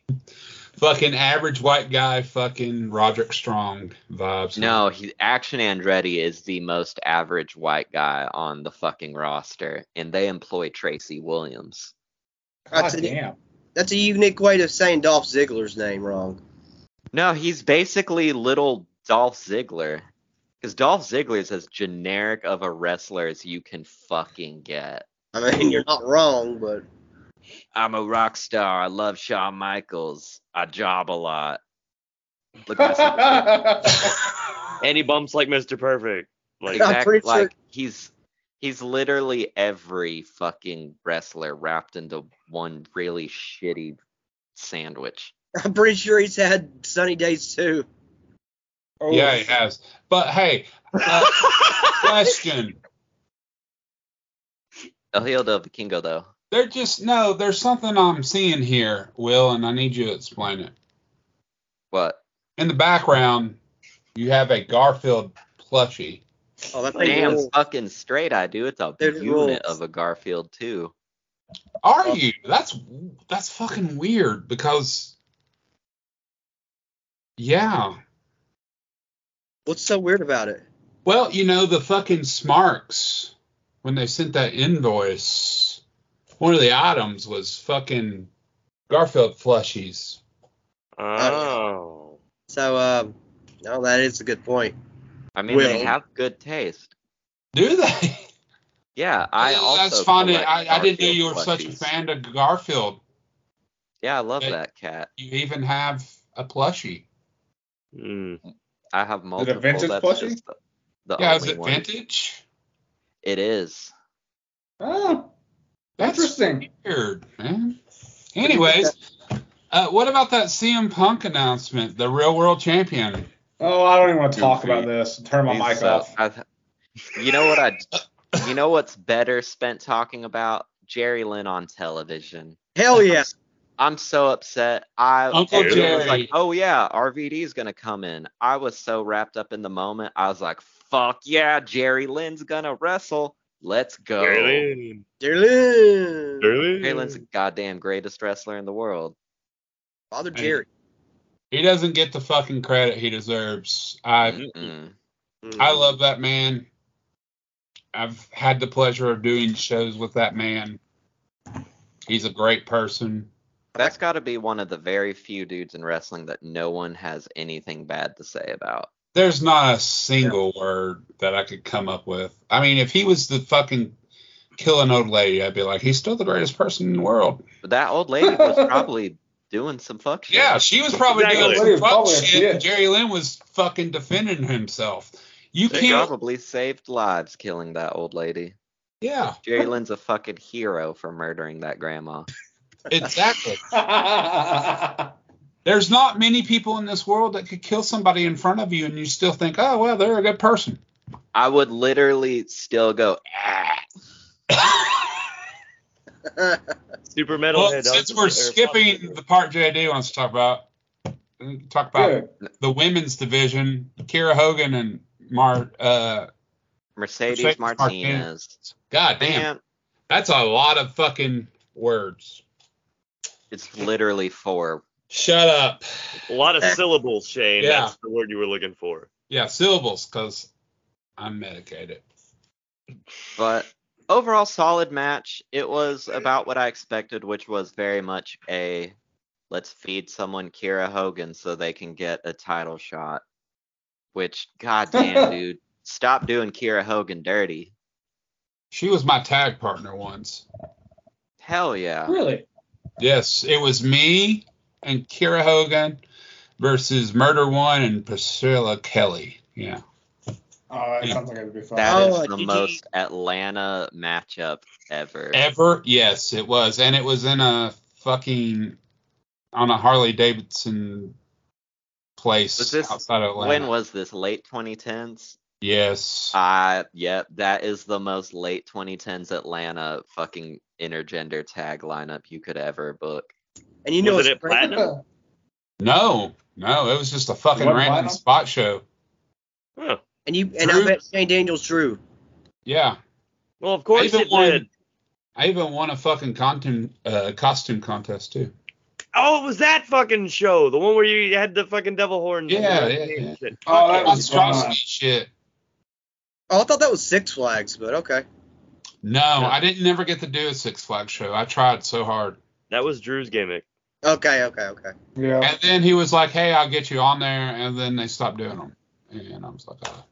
S1: fucking average white guy, fucking Roderick Strong vibes.
S7: No, he, Action Andretti is the most average white guy on the fucking roster, and they employ Tracy Williams.
S8: God
S10: That's a,
S8: damn.
S10: that's a unique way of saying Dolph Ziggler's name wrong.
S7: No, he's basically little Dolph Ziggler, because Dolph Ziggler is as generic of a wrestler as you can fucking get.
S10: I mean, you're not wrong, but
S7: I'm a rock star. I love Shawn Michaels. I job a lot. Look at this.
S9: And he bumps like Mr. Perfect. Like
S10: I'm
S7: Exactly.
S10: pretty sure-
S7: Like he's he's literally every fucking wrestler wrapped into one really shitty sandwich.
S10: I'm pretty sure he's had sunny days too.
S8: Oh,
S1: Yeah, he has. But hey, uh, question.
S7: El Hijo del Vikingo though.
S1: They're just no. There's something I'm seeing here, Will, and I need you to explain it.
S7: What?
S1: In the background, you have a Garfield plushie.
S10: Oh, that thing
S7: Damn
S10: rules.
S7: fucking straight I do. It's a
S10: There's
S7: unit
S10: rules.
S7: of a Garfield too.
S1: Are you? That's that's fucking weird because yeah.
S10: What's so weird about it?
S1: Well, you know the fucking Smarks when they sent that invoice, one of the items was fucking Garfield plushies.
S9: Oh.
S10: So, uh, no, that is a good point.
S7: I mean, they
S10: Well-
S7: have good taste.
S1: Do they?
S7: Yeah, I also.
S1: that's funny.
S7: collect
S1: I, I didn't know
S7: Garfield
S1: you were such a
S7: plushies.
S1: fan of Garfield.
S7: Yeah, I love
S1: Hey.
S7: that cat.
S1: You even have a plushie.
S9: Mm.
S7: I have multiple.
S8: vintage
S7: That's
S8: plushie?
S7: just the, the
S1: yeah, is
S7: only
S1: it
S7: one.
S1: vintage?
S7: It is.
S8: Oh,
S1: That's
S8: interesting.
S1: weird, man. Anyways, uh, what about that CM Punk announcement? The real world champion.
S8: Oh, I don't even want to talk
S5: Goofy.
S8: about this. Turn my
S7: He's,
S8: mic
S7: uh,
S8: off.
S7: I th- you know what I? You know what's better spent talking about Jerry Lynn on television.
S10: Hell yeah.
S7: I'm so upset. I
S1: Oh, Uncle
S7: everyone was
S1: Jerry.
S7: like, oh yeah, RVD is gonna come in. I was so wrapped up in the moment. I was like, fuck yeah, Jerry Lynn's gonna wrestle. Let's go.
S9: Really?
S10: Jerry Lynn.
S9: Really?
S7: Jerry Lynn's the goddamn greatest wrestler in the world.
S10: Father Jerry.
S1: He doesn't get the fucking credit he deserves. I
S7: Mm-mm.
S10: Mm.
S1: I love that man. I've had the pleasure of doing shows with that man. He's a great person.
S7: That's got to be one of the very few dudes in wrestling that no one has anything bad to say about.
S1: There's not a single word that I could come up with. I mean, if he was the fucking killing old lady, I'd be like, he's still the greatest person in the world.
S7: But that old lady was probably doing some fuck shit.
S1: Yeah, she was probably
S9: Exactly.
S1: doing
S8: She
S1: some
S8: was
S1: fuck
S8: probably a
S1: shit.
S8: bitch.
S1: and Jerry Lynn was fucking defending himself. You
S7: She
S1: can't.
S7: probably saved lives killing that old lady.
S1: Yeah,
S7: Jerry Lynn's a fucking hero for murdering that grandma.
S1: exactly. There's not many people in this world that could kill somebody in front of you and you still think, oh, well, they're a good person.
S7: I would literally still go, ah.
S9: Super
S1: Well,
S9: metalhead.
S1: since
S9: Austin-
S1: we're
S9: or
S1: skipping
S9: Austin-
S1: the part JD wants to talk about, we can talk about
S8: Good.
S1: the women's division, Kira Hogan and Mar. Uh,
S7: Mercedes,
S1: Mercedes
S7: Martinez.
S1: God damn,
S7: Man,
S1: that's a lot of fucking words.
S7: it's literally four.
S1: Shut up.
S9: A lot of syllables, Shane.
S1: Yeah.
S9: That's the word you were looking for.
S1: Yeah, syllables, because I'm medicated.
S7: But overall, solid match. It was about what I expected, which was very much a let's feed someone Kira Hogan so they can get a title shot. Which, goddamn, dude, stop doing Kira Hogan dirty.
S1: She was my tag partner once.
S7: Hell yeah.
S8: Really?
S1: Yes, it was me and Kira Hogan versus Murder One and Priscilla Kelly. Yeah.
S8: Oh, that sounds like it'd be fun.
S7: That is
S10: Oh,
S7: the
S10: GG.
S7: most Atlanta matchup ever.
S1: Ever? Yes, it was. And it was in a fucking on a Harley Davidson place
S7: Was this-
S1: outside of Atlanta.
S7: When was this? Late 2010s?
S1: yes.
S7: Uh, yep, that is the most late 2010s Atlanta fucking intergender tag lineup you could ever book.
S10: And you know what's
S9: Was it at
S10: crazy?
S9: Platinum?
S1: no, no, it was just a fucking
S8: What,
S1: random
S8: Platinum?
S1: spot show.
S9: Huh.
S10: And you and
S1: Drew?
S10: I bet Shane Daniels drew.
S1: Yeah.
S9: Well, of
S1: I
S9: course
S1: even
S9: it
S1: won
S9: did.
S1: I even won a fucking content, uh, costume contest too.
S9: Oh, it was that fucking show, the one where you had the fucking devil horn.
S1: Yeah, yeah, yeah.
S9: Shit.
S8: Oh, that was
S1: Monstrosity
S8: fun.
S1: shit.
S10: Oh, I thought that was Six Flags, but okay.
S1: No, I didn't never get to do a Six Flags show. I tried so hard.
S9: That was Drew's gimmick.
S10: Okay, okay, okay.
S8: Yeah.
S1: And then he was like, "Hey, I'll get you on there," and then they stopped doing them. And I was like, oh.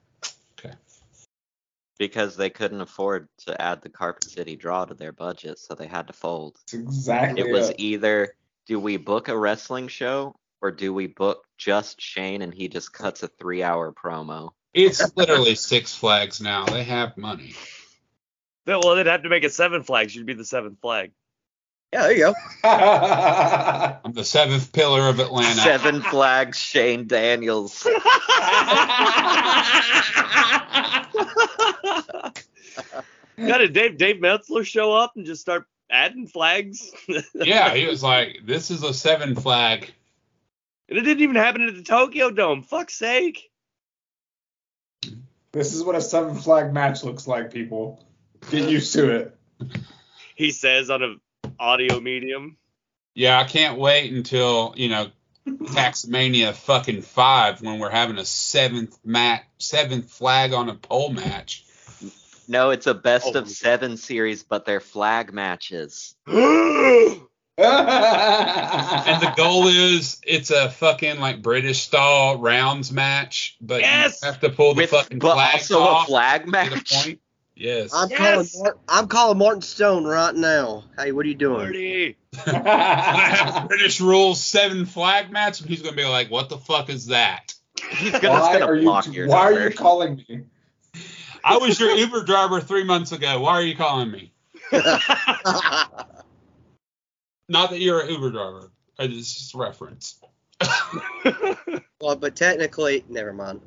S7: Because they couldn't afford to add the Carpet City draw to their budget, so they had to fold.
S8: That's exactly
S7: It was either do we book a wrestling show or do we book just Shane and he just cuts a three hour promo?
S1: "It's literally Six Flags now. They have money."
S9: Yeah, Well, they'd have to make it seven flags. You'd be the seventh flag.
S10: Yeah, there you go.
S1: I'm the seventh pillar of Atlanta.
S7: Seven flags, Shane Daniels.
S9: Got to Dave Dave Meltzer show up and just start adding flags. and
S1: Yeah, he was like, "This is a seven flag."
S9: it didn't even happen at the Tokyo Dome. Fuck's sake.
S8: This is what a seven flag match looks like, people. Get used to it.
S9: He says on a audio medium.
S1: Yeah, I can't wait until you know Taxmania fucking five when we're having a seventh mat seventh flag on a pole match.
S7: No, it's a best
S9: Oh.
S7: of seven series, but they're flag matches.
S1: And the goal is it's a fucking like British style rounds match, but
S9: Yes!
S1: you have to pull the
S7: With,
S1: fucking
S7: but
S1: flag
S7: also a
S1: off
S7: flag
S1: to the
S7: match.
S1: point. Yes.
S10: I'm
S9: Yes!
S10: calling. Mar- I'm calling Martin Stone right now. Hey, what are you doing?
S9: Marty.
S1: I have British rules seven flag match, and he's gonna be like, "What the fuck is that?"
S7: He's gonna,
S8: why
S7: gonna
S8: are you,
S7: block your
S8: why are
S7: number.
S8: you calling me?
S1: I was your Uber driver three months ago. Why are you calling me? Not that you're an Uber driver. I just, just reference.
S10: well, but technically, never mind.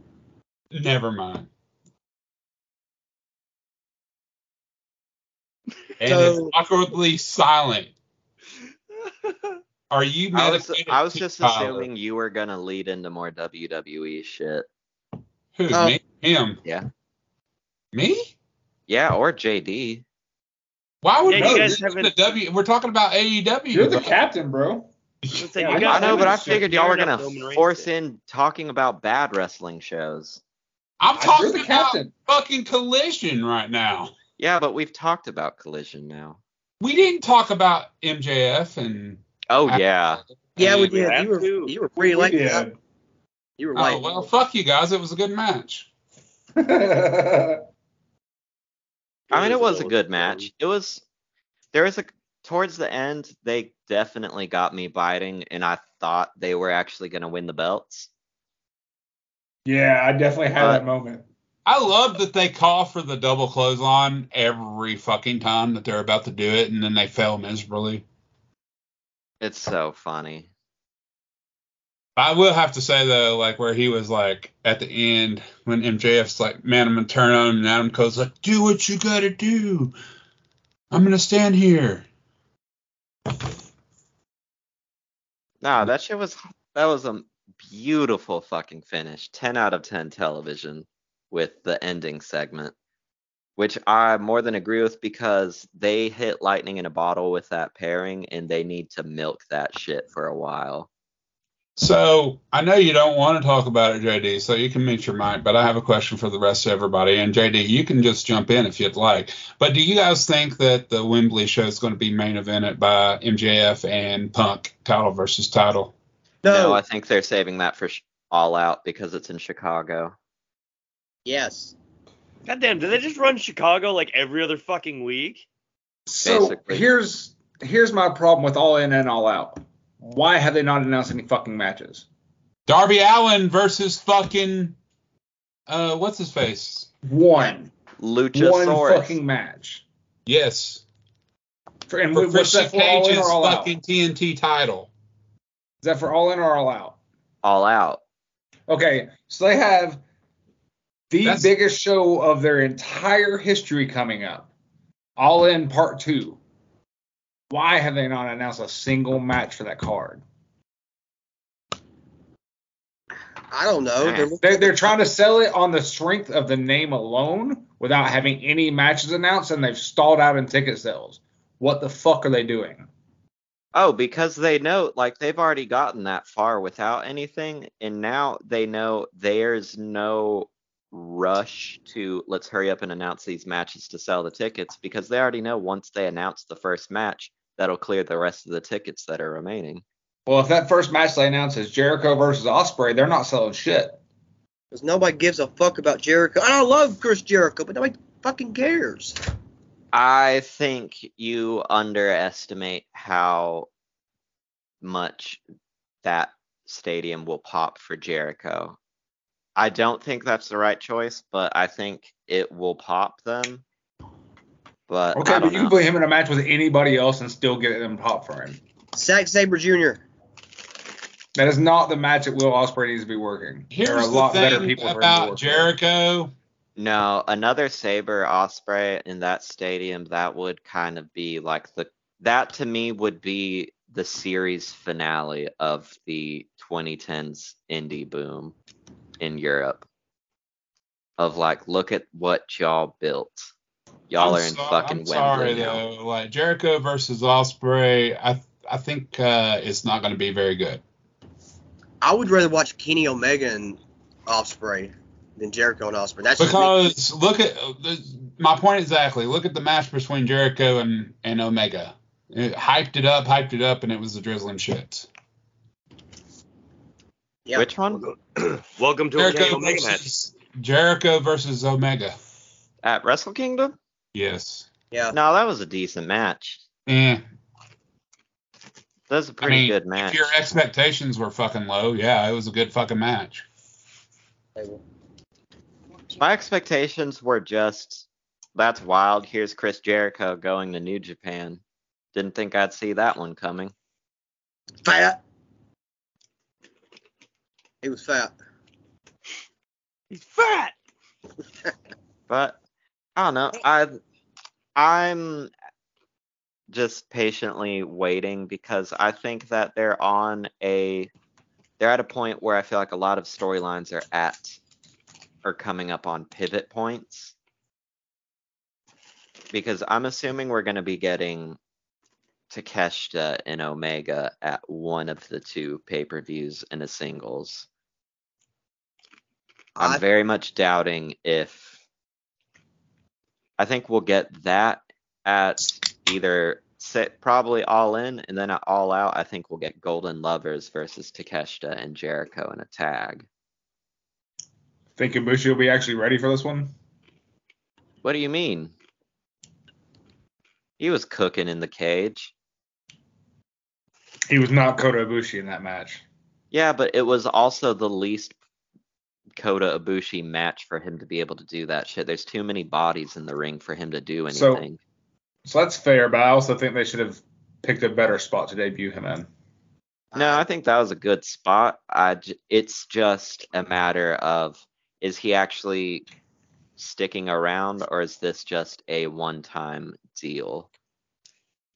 S1: Never mind. And
S10: So-
S1: it's awkwardly silent. Are you
S7: I
S1: mad
S7: was, I was just assuming you were gonna lead into more WWE shit.
S1: Who,
S10: Oh.
S1: me? Him?
S7: Um, Yeah.
S1: Me?
S7: Yeah, or JD.
S1: Why would
S9: Yeah,
S1: no,
S9: you guys
S1: this is the
S9: haven't-
S1: W? We're talking about AEW.
S8: You're the
S1: bro.
S8: captain, bro.
S9: Let's say
S8: Yeah,
S9: you
S8: I
S9: guys
S7: I know, but I
S9: haven't
S7: figured y'all were
S9: shared enough
S7: gonna
S9: Roman Reigns
S7: force
S9: yet.
S7: in talking about bad wrestling shows.
S1: I'm
S8: You're
S1: talking
S8: the
S1: about
S8: captain.
S1: fucking collision right now.
S7: Yeah, but we've talked about Collision now.
S1: We didn't talk about MJF and
S7: Oh
S1: I-
S7: yeah.
S10: Yeah, we
S1: and-
S10: did. You
S9: have
S10: were
S9: to.
S10: you were pretty late.
S8: Yeah.
S10: You were late.
S1: Oh well, fuck you guys. It was a good match.
S7: I mean, it was a
S9: Lord.
S7: good match. It was. There was a towards the end. They definitely got me biting, and I thought they were actually going to win the belts.
S8: yeah, I definitely had
S7: Uh,
S8: that moment.
S1: I love that they call for the double clothesline every fucking time that they're about to do it, and then they fail miserably.
S7: It's so funny.
S1: I will have to say though, like where he was like at the end when MJF's like, "Man, I'm gonna turn on him," and Adam Cole's like, "Do what you gotta do. I'm gonna stand here."
S7: No, that shit was. That was a beautiful fucking finish. Ten out of ten television with the ending segment, which I more than agree with because they hit lightning in a bottle with that pairing, and they need to milk that shit for a while.
S1: So I know you don't want to talk about it, JD, so you can mute your mic, but I have a question for the rest of everybody. And JD, you can just jump in if you'd like. But do you guys think that the Wembley show is going to be main evented by MJF and Punk title versus title?
S10: no.
S7: I think they're saving that for sh- all out because it's in Chicago.
S10: yes.
S9: Goddamn, do they just run Chicago like every other fucking week?
S8: So
S7: Basically.
S8: here's here's my problem with all in and all out. Why have they not announced any fucking matches?
S1: Darby Allen versus fucking uh what's his face?
S8: One, one
S7: Luchasaurus.
S8: fucking match.
S1: Yes.
S8: For, and
S1: For
S8: was
S1: Christian
S8: that for all in
S1: Cage's
S8: or all out?
S1: fucking TNT title.
S8: Is that for all in or all out?
S7: All out.
S8: Okay, so they have the
S1: That's-
S8: biggest show of their entire history coming up. All in part two. Why have they not announced a single match for that card?
S10: I don't know.
S7: Nah.
S10: They're-
S8: They're, they're trying to sell it on the strength of the name alone without having any matches announced, and they've stalled out in ticket sales. What the fuck are they doing?
S7: Oh, because they know, like, they've already gotten that far without anything, and now they know there's no rush to let's hurry up and announce these matches to sell the tickets because they already know once they announce the first match, that'll clear the rest of the tickets that are remaining.
S8: Well, if that first match they announce is Jericho versus Osprey, they're not selling shit.
S10: Because nobody gives a fuck about Jericho. And I love Chris Jericho, but nobody fucking cares.
S7: I think you underestimate how much that stadium will pop for Jericho. I don't think that's the right choice, but I think it will pop them. But
S8: Okay,
S7: I
S8: but
S7: don't
S8: you can
S7: know.
S8: put him in a match with anybody else and still get them pop for him.
S10: Zack Sabre Jr.
S8: That is not the match that Will Osprey needs to be working. there are
S1: Here's
S8: a
S1: the
S8: lot better
S1: thing
S8: people for him to
S1: about
S8: work
S1: Jericho.
S7: no, another Saber Osprey in that stadium that would kind of be like the that to me would be the series finale of the 2010s indie boom in Europe. of like, look at what y'all built. Y'all
S1: I'm
S7: are in
S1: so-
S7: fucking
S1: I'm
S7: Wembley
S1: sorry
S7: now.
S1: though. Like Jericho versus Osprey, I I think uh, it's not going to be very good.
S10: I would rather watch Kenny Omega and Osprey than Jericho and Osprey. That's just me.
S1: Because look at this- my point exactly. Look at the match between Jericho and and Omega. It hyped it up, hyped it up, and it was the drizzling shit.
S10: Yeah.
S7: Which one?
S9: Welcome to a Kenny
S1: Jericho
S9: Omega match.
S1: versus, Jericho versus Omega.
S7: At Wrestle Kingdom?
S1: Yes.
S10: Yeah.
S7: No, that was a decent match.
S1: Eh,
S7: That was a
S1: I
S7: pretty
S1: mean,
S7: good match.
S1: if your expectations were fucking low, yeah, it was a good fucking match.
S7: My expectations were just that's wild. Here's Chris Jericho going to New Japan. Didn't think I'd see that one coming.
S10: Fat. He was fat.
S9: He's fat.
S7: But I don't know. I I'm just patiently waiting because I think that they're on a they're at a point where I feel like a lot of storylines are at or coming up on pivot points. Because I'm assuming we're going to be getting Takeshita and Omega at one of the two pay-per-views in a singles. I'm
S10: I-
S7: very much doubting if I think we'll get that at either sit probably all in and then at all out I think we'll get Golden Lovers versus Takeshita and Jericho in a tag.
S8: Think Ibushi will be actually ready for this one?
S7: What do you mean? He was cooking in the cage.
S8: He was not Kota Ibushi in that match.
S7: Yeah, but it was also the least Kota Ibushi match for him to be able to do that shit. There's too many bodies in the ring for him to do
S8: So-
S7: anything.
S8: So that's fair, but I also think they should have picked a better spot to debut him in.
S7: no, I think that was a good spot. I j- it's just a matter of is he actually sticking around or is this just a one-time deal?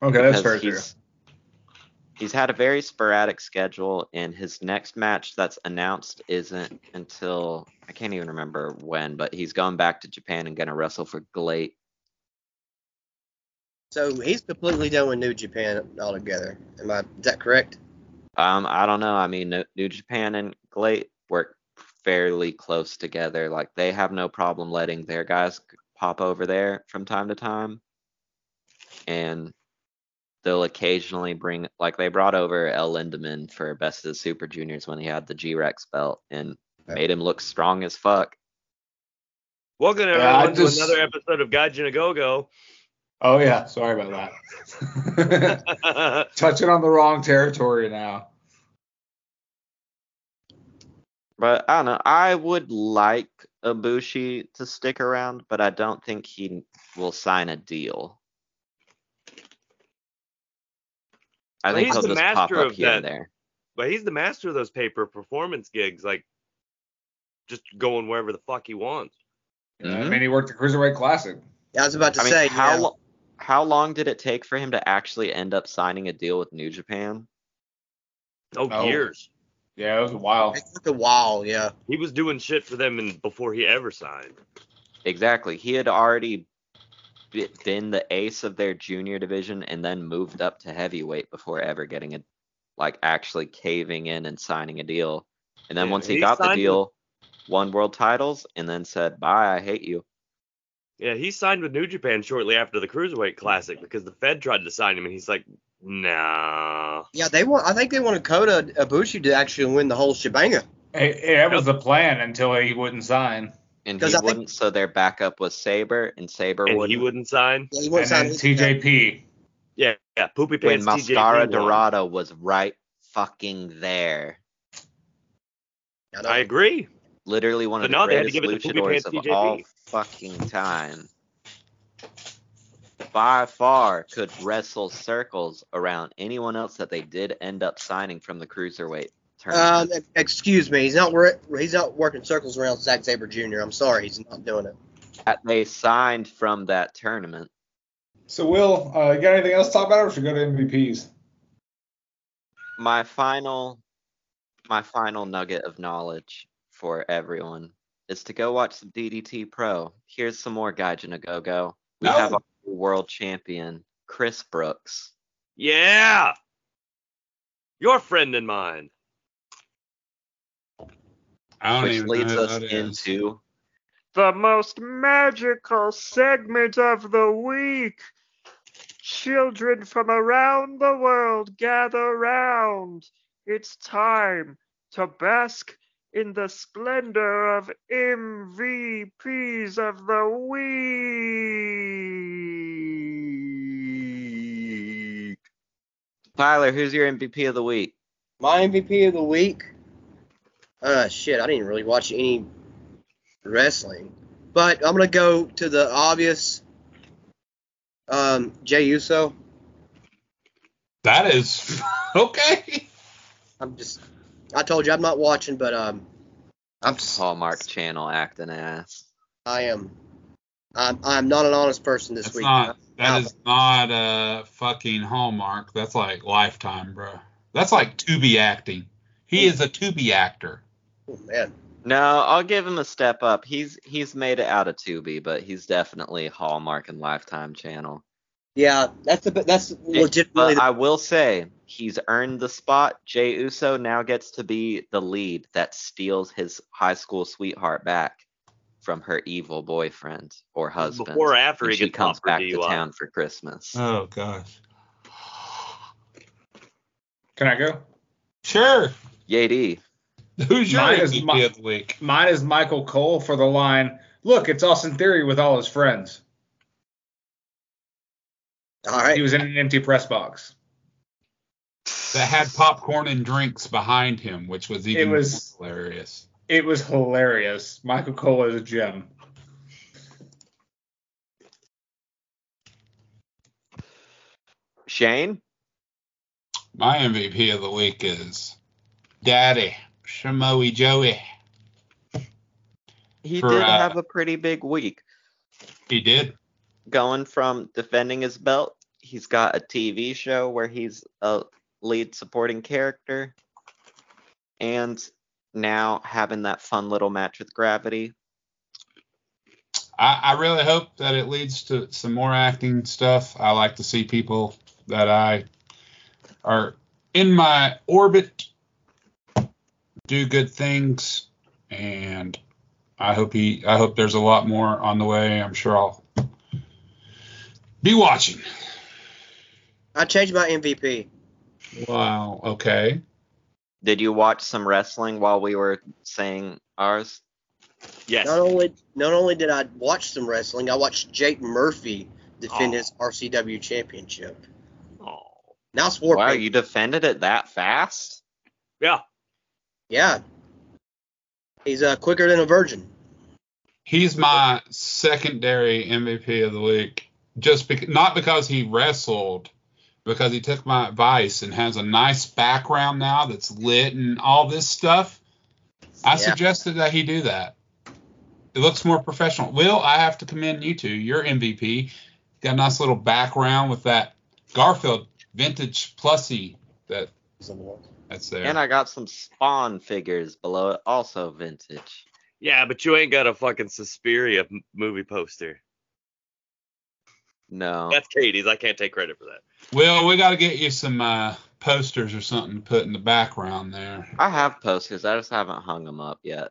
S8: Okay, that's fair
S7: because
S8: too.
S7: he's, he's had a very sporadic schedule, and his next match that's announced isn't until I can't even remember when, but he's going back to Japan and going to wrestle for Glate.
S10: So he's completely done with New Japan altogether. Am I? Is that correct?
S7: Um, I don't know. I mean, New- New Japan and Glate work fairly close together. Like they have no problem letting their guys c- pop over there from time to time, and they'll occasionally bring like they brought over El Lindemann for Best of the Super Juniors when he had the G-Rex belt and
S10: Yeah.
S7: made him look strong as fuck.
S9: Welcome
S8: Yeah, I
S9: everyone
S8: just-
S9: to another episode of Gaijin A Go
S8: Oh yeah, sorry about that.
S9: Go.
S8: Touching on the wrong territory now.
S7: But I don't know. I would like Ibushi to stick around, but I don't think he will sign a deal. I
S9: Well,
S7: think
S9: he's
S7: he'll
S9: the
S7: just pop
S9: master
S7: up
S9: of
S7: here and
S9: that.
S7: there.
S9: But he's the master of those paper performance gigs, like just going wherever the fuck he wants.
S8: Yeah, I
S7: Mhm.
S8: mean, he worked the Cruiserweight Classic.
S10: I was about to
S7: I mean,
S10: say.
S7: how
S10: yeah.
S7: lo- how long did it take for him to actually end up signing a deal with New Japan?
S9: Oh,
S8: Oh.
S9: years.
S8: Yeah, it was wild.
S10: It took a while. Yeah.
S9: He was doing shit for them and before he ever signed.
S7: Exactly. He had already be- been the ace of their junior division and then moved up to heavyweight before ever getting it, like actually caving in and signing a deal. And then
S9: Yeah,
S7: once he,
S9: he
S7: got the
S9: signed with-
S7: deal, won world titles and then said, "Bye, I hate you."
S9: Yeah, he signed with New Japan shortly after the Cruiserweight Classic because the Fed tried to sign him and he's like, nah.
S10: Yeah. They want. I think they wanted Kota Ibushi to actually win the whole shebanga.
S8: It, it, that was the plan until he wouldn't sign.
S7: And he
S10: 'Cause I
S7: wouldn't.
S10: think-
S7: so their backup was Saber, and Saber
S9: And
S7: wouldn't.
S9: he wouldn't sign.
S10: Yeah, he
S8: And
S10: wouldn't sign
S8: then
S10: his-
S8: TJP.
S9: Yeah, yeah. Poopy
S7: when
S9: pants. TJP
S7: Mascara
S9: won.
S7: Dorado was right fucking there.
S10: I know.
S9: I agree.
S7: Literally one of
S9: But no,
S7: the
S9: they had to
S7: greatest
S9: give it to Poopy
S7: luchadors
S9: Pants
S7: of
S9: TJP.
S7: all fucking time. By far could wrestle circles around anyone else that they did end up signing from the cruiserweight
S10: Um,
S7: tournament.
S10: excuse me. He's not. wor- He's not working circles around Zack Saber Jr. I'm sorry. He's not doing it.
S7: that they signed from that tournament.
S8: So, Will, uh, you got anything else to talk about, or should we go to MVPs?
S7: my final my final nugget of knowledge for everyone is to go watch some DDT Pro. Here's some more Gaijin Go Go. We
S1: No.
S7: have our world champion, Chris Brooks.
S9: Yeah. Your friend and mine.
S1: I don't
S7: which
S1: even know
S7: leads
S1: who
S7: us
S1: that is.
S7: into
S9: The most magical segment of the week. Children from around the world gather round. It's time to bask in the splendor of MVPs of the week.
S7: Tyler. Who's your MVP of the week?
S10: My MVP of the week. Uh, shit, I didn't really watch any wrestling, but I'm gonna go to the obvious. Um, Jay Uso.
S1: That is okay.
S10: I'm just. I told you I'm not watching, but um, I'm s-
S7: Hallmark Channel acting ass.
S10: I am. I'm I'm not an honest person this
S1: That's
S10: week.
S1: not. That
S10: Wow.
S1: is not uh fucking Hallmark. That's like Lifetime, bro. That's like Tubi acting. He is a Tubi actor.
S10: Oh, man,
S7: No, I'll give him a step up. He's he's made it out of Tubi, but he's definitely Hallmark and Lifetime Channel.
S10: yeah, that's the that's legitimately.
S7: But
S10: The,
S7: I will say he's earned the spot. Jay Uso now gets to be the lead that steals his high school sweetheart back from her evil boyfriend or husband.
S9: Before or after
S7: when
S9: he
S7: she
S9: gets
S7: comes
S9: offered uh,
S7: back to
S9: DUI.
S7: town for Christmas.
S1: Oh gosh.
S8: Can I go?
S1: Sure.
S7: Yay,
S1: Who's your
S8: Mine is
S1: MVP
S8: my-
S1: of the week?
S8: Mine is Michael Cole for the line. Look, it's Austin Theory with all his friends.
S10: all right.
S8: He was in an empty press box.
S1: That had popcorn and drinks behind him, which was even more
S8: was-
S1: hilarious.
S8: It was hilarious. Michael Cole is a gem.
S7: Shane?
S1: My MVP of the week is Daddy Shamoe Joey.
S7: He
S1: For,
S7: did
S1: uh,
S7: have a pretty big week.
S1: He did.
S7: going from defending his belt. He's got a TV show where he's a lead supporting character. And now having that fun little match with Gravity.
S1: I, I really hope that it leads to some more acting stuff. I like to see people that I are in my orbit do good things, and I hope he. I hope there's a lot more on the way. I'm sure I'll be watching.
S10: I changed my MVP.
S1: Wow. Okay.
S7: Did you watch some wrestling while we were saying ours?
S9: Yes.
S10: Not only not only did I watch some wrestling, I watched Jake Murphy defend
S7: Oh.
S9: Aw.
S10: his RCW championship.
S9: Aw.
S10: Now it's war
S7: wow,
S10: paint.
S7: you defended it that fast?
S9: Yeah.
S10: Yeah. He's uh, quicker than a virgin.
S1: He's my secondary MVP of the week, just bec- not because he wrestled, because he took my advice and has a nice background now that's lit and all this stuff. I
S10: Yeah.
S1: suggested that he do that. It looks more professional. Will, I have to commend you two. You're MVP. Got a nice little background with that Garfield vintage plushie that that's there.
S7: And I got some Spawn figures below it, also vintage.
S9: Yeah, but you ain't got a fucking Suspiria m- movie poster.
S7: No.
S9: That's Katie's. I can't take credit for that.
S1: Will, we got to get you some uh, posters or something to put in the background there.
S7: I have posters. I just haven't hung them up yet.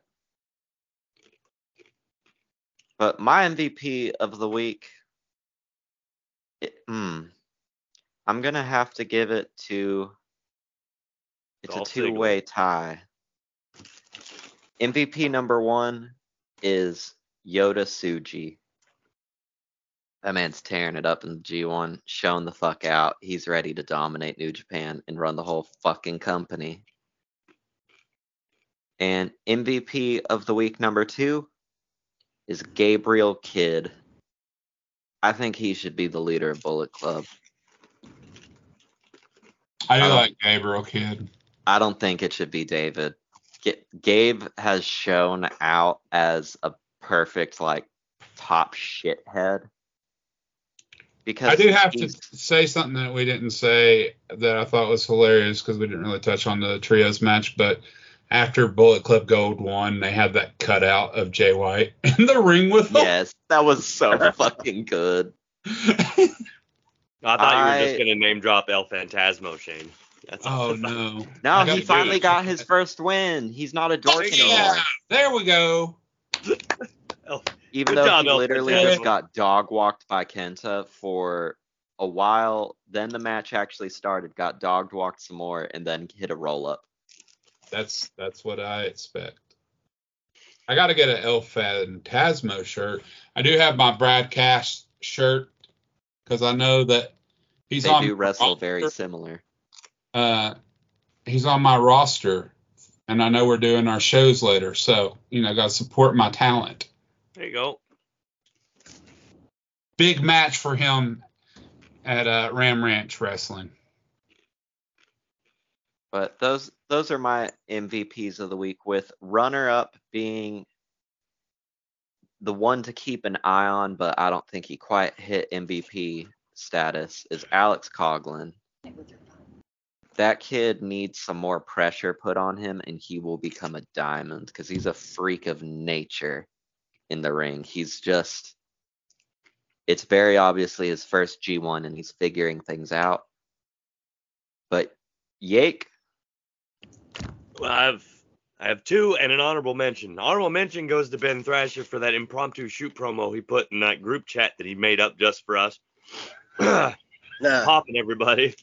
S7: But my MVP of the week, it, hmm, I'm gonna have to give it to. It's
S9: Dolph
S7: a
S9: Ziggler.
S7: two-way tie. MVP number one is Yoda Suji. That man's tearing it up in the G1, showing the fuck out. He's ready to dominate New Japan and run the whole fucking company. And MVP of the week number two is Gabriel Kidd. I think he should be the leader of Bullet Club.
S1: I do
S7: Um,
S1: like Gabriel Kidd.
S7: I don't think it should be David. Ga- Gabe has shown out as a perfect like top shithead. Because
S1: I do have to
S7: he's-
S1: say something that we didn't say that I thought was hilarious because we didn't really touch on the trios match, but after Bullet Club Gold won, they had that cutout of Jay White in the ring with them.
S7: Yes, that was so fucking good.
S9: I thought you were
S7: I-
S9: just gonna name drop El Fantasmo, Shane. That's
S1: oh no! I
S7: No,
S1: gotta
S7: he
S1: do
S7: finally
S1: it.
S7: got his first win. He's not a dork anymore.
S1: Yeah, there we go.
S7: Even
S9: Good
S7: though
S9: job,
S7: he
S9: Elton.
S7: literally
S1: Yeah.
S7: just got dog walked by Kenta for a while, then the match actually started, got dog walked some more, and then hit a roll up.
S1: That's that's what I expect. I got to get an El Fantasmo shirt. I do have my Brad Cash shirt because I know that he's
S7: They
S1: on
S7: do
S1: my
S7: wrestle very
S1: roster.
S7: similar.
S1: Uh, he's on my roster, and I know we're doing our shows later, so you know, got to support my talent.
S9: there you go.
S1: Big match for him at uh, Ram Ranch Wrestling.
S7: But those those are my MVPs of the week, with runner up being the one to keep an eye on, but I don't think he quite hit MVP status is Alex Coglin. That kid needs some more pressure put on him and he will become a diamond because he's a freak of nature in the ring. He's just it's very obviously his first G1 and he's figuring things out. But Yake
S9: Well, I've I have two and an honorable mention. Honorable mention goes to Ben Thrasher for that impromptu shoot promo he put in that group chat that he made up just for us.
S10: Nah,
S9: Popping everybody.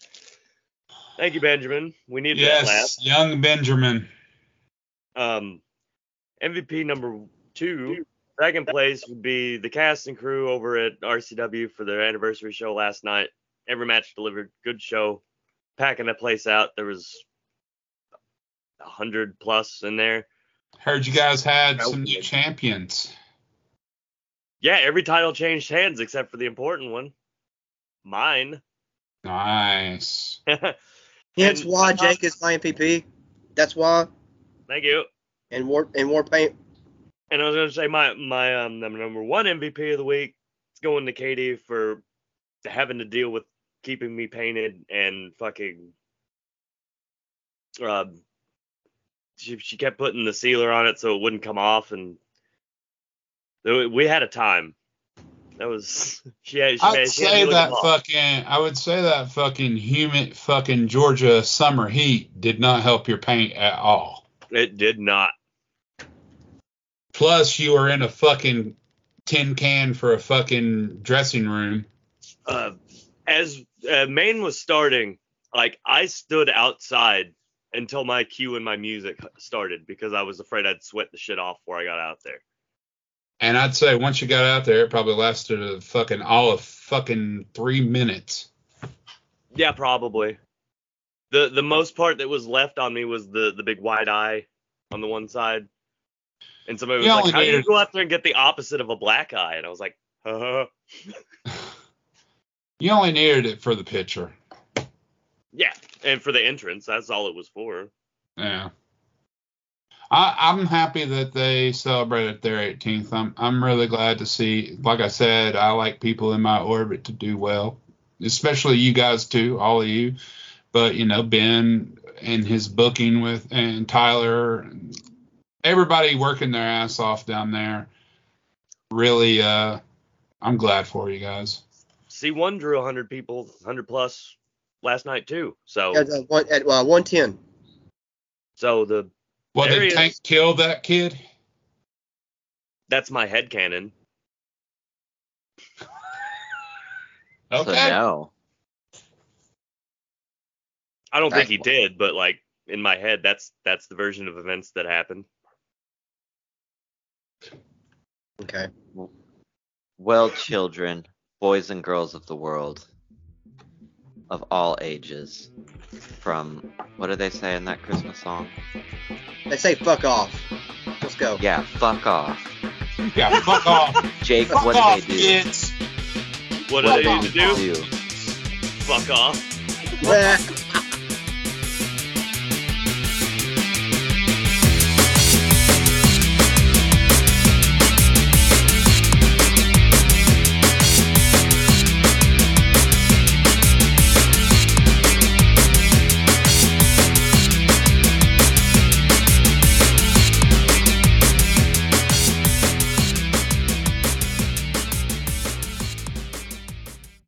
S9: Thank you, Benjamin. We need that laugh.
S1: Yes, young Benjamin.
S9: Um, MVP number two, second place would be the cast and crew over at RCW for their anniversary show last night. Every match delivered, good show, packing the place out. There was a hundred plus in there.
S1: Heard you guys had
S8: Nope.
S1: some new champions.
S9: Yeah, every title changed hands except for the important one, mine.
S1: Nice.
S9: Thank
S10: hence
S9: and-
S10: why Jake is my MPP. That's why.
S9: you.
S10: And War and War Paint.
S9: And I was gonna say my my um number number one MVP of the week is going to Katie for having to deal with keeping me painted and fucking uh, she she kept putting the sealer on it so it wouldn't come off and there- we had a time. That was she had she,
S1: I'd
S9: made, she
S1: say
S9: had me
S1: that
S9: looking lost.
S1: fucking I would say that fucking humid fucking Georgia summer heat did not help your paint at all.
S9: it did not.
S1: Plus you were in a fucking tin can for a fucking dressing room.
S9: uh, as uh, Maine was starting, like I stood outside until my cue and my music started because I was afraid I'd sweat the shit off before I got out there.
S1: And I'd say once you got out there it probably lasted a fucking all of fucking three minutes.
S9: Yeah, probably. the The most part that was left on me was the the big wide eye on the one side, and somebody was
S1: You only
S9: like, "How do you
S1: needed-
S9: go out there and get the opposite of a black eye?" And I was like, "Huh."
S1: You only needed it for the picture.
S9: Yeah, and for the entrance, that's all it was for.
S1: Yeah. I, I'm happy that they celebrated their 18th. I'm I'm really glad to see. Like I said, I like people in my orbit to do well, especially you guys too, all of you. But you know, Ben and his booking with and Tyler, and everybody working their ass off down there. Really, uh, I'm glad for you guys.
S9: C1 drew 100 people, 100 plus last night too.
S7: Oh.
S9: So,
S10: At, uh, one, at uh, 110.
S9: so the
S1: Well,
S9: There
S1: did
S9: he is.
S1: Tank kill that kid?
S9: that's my head cannon.
S1: Okay.
S7: So no.
S9: I don't
S7: Right.
S9: think he did, but like in my head, that's that's the version of events that happened.
S10: Okay.
S7: Well, children, boys and girls of the world, of all ages, from what do they say in that Christmas song?
S10: They say fuck off. Let's go.
S7: Yeah, fuck off.
S1: Yeah, fuck off,
S7: Jake,
S1: fuck
S7: what
S1: off,
S7: do they do?
S1: kids.
S9: What do
S7: What
S9: they need to do?
S7: do?
S9: Fuck off.
S10: Bleh.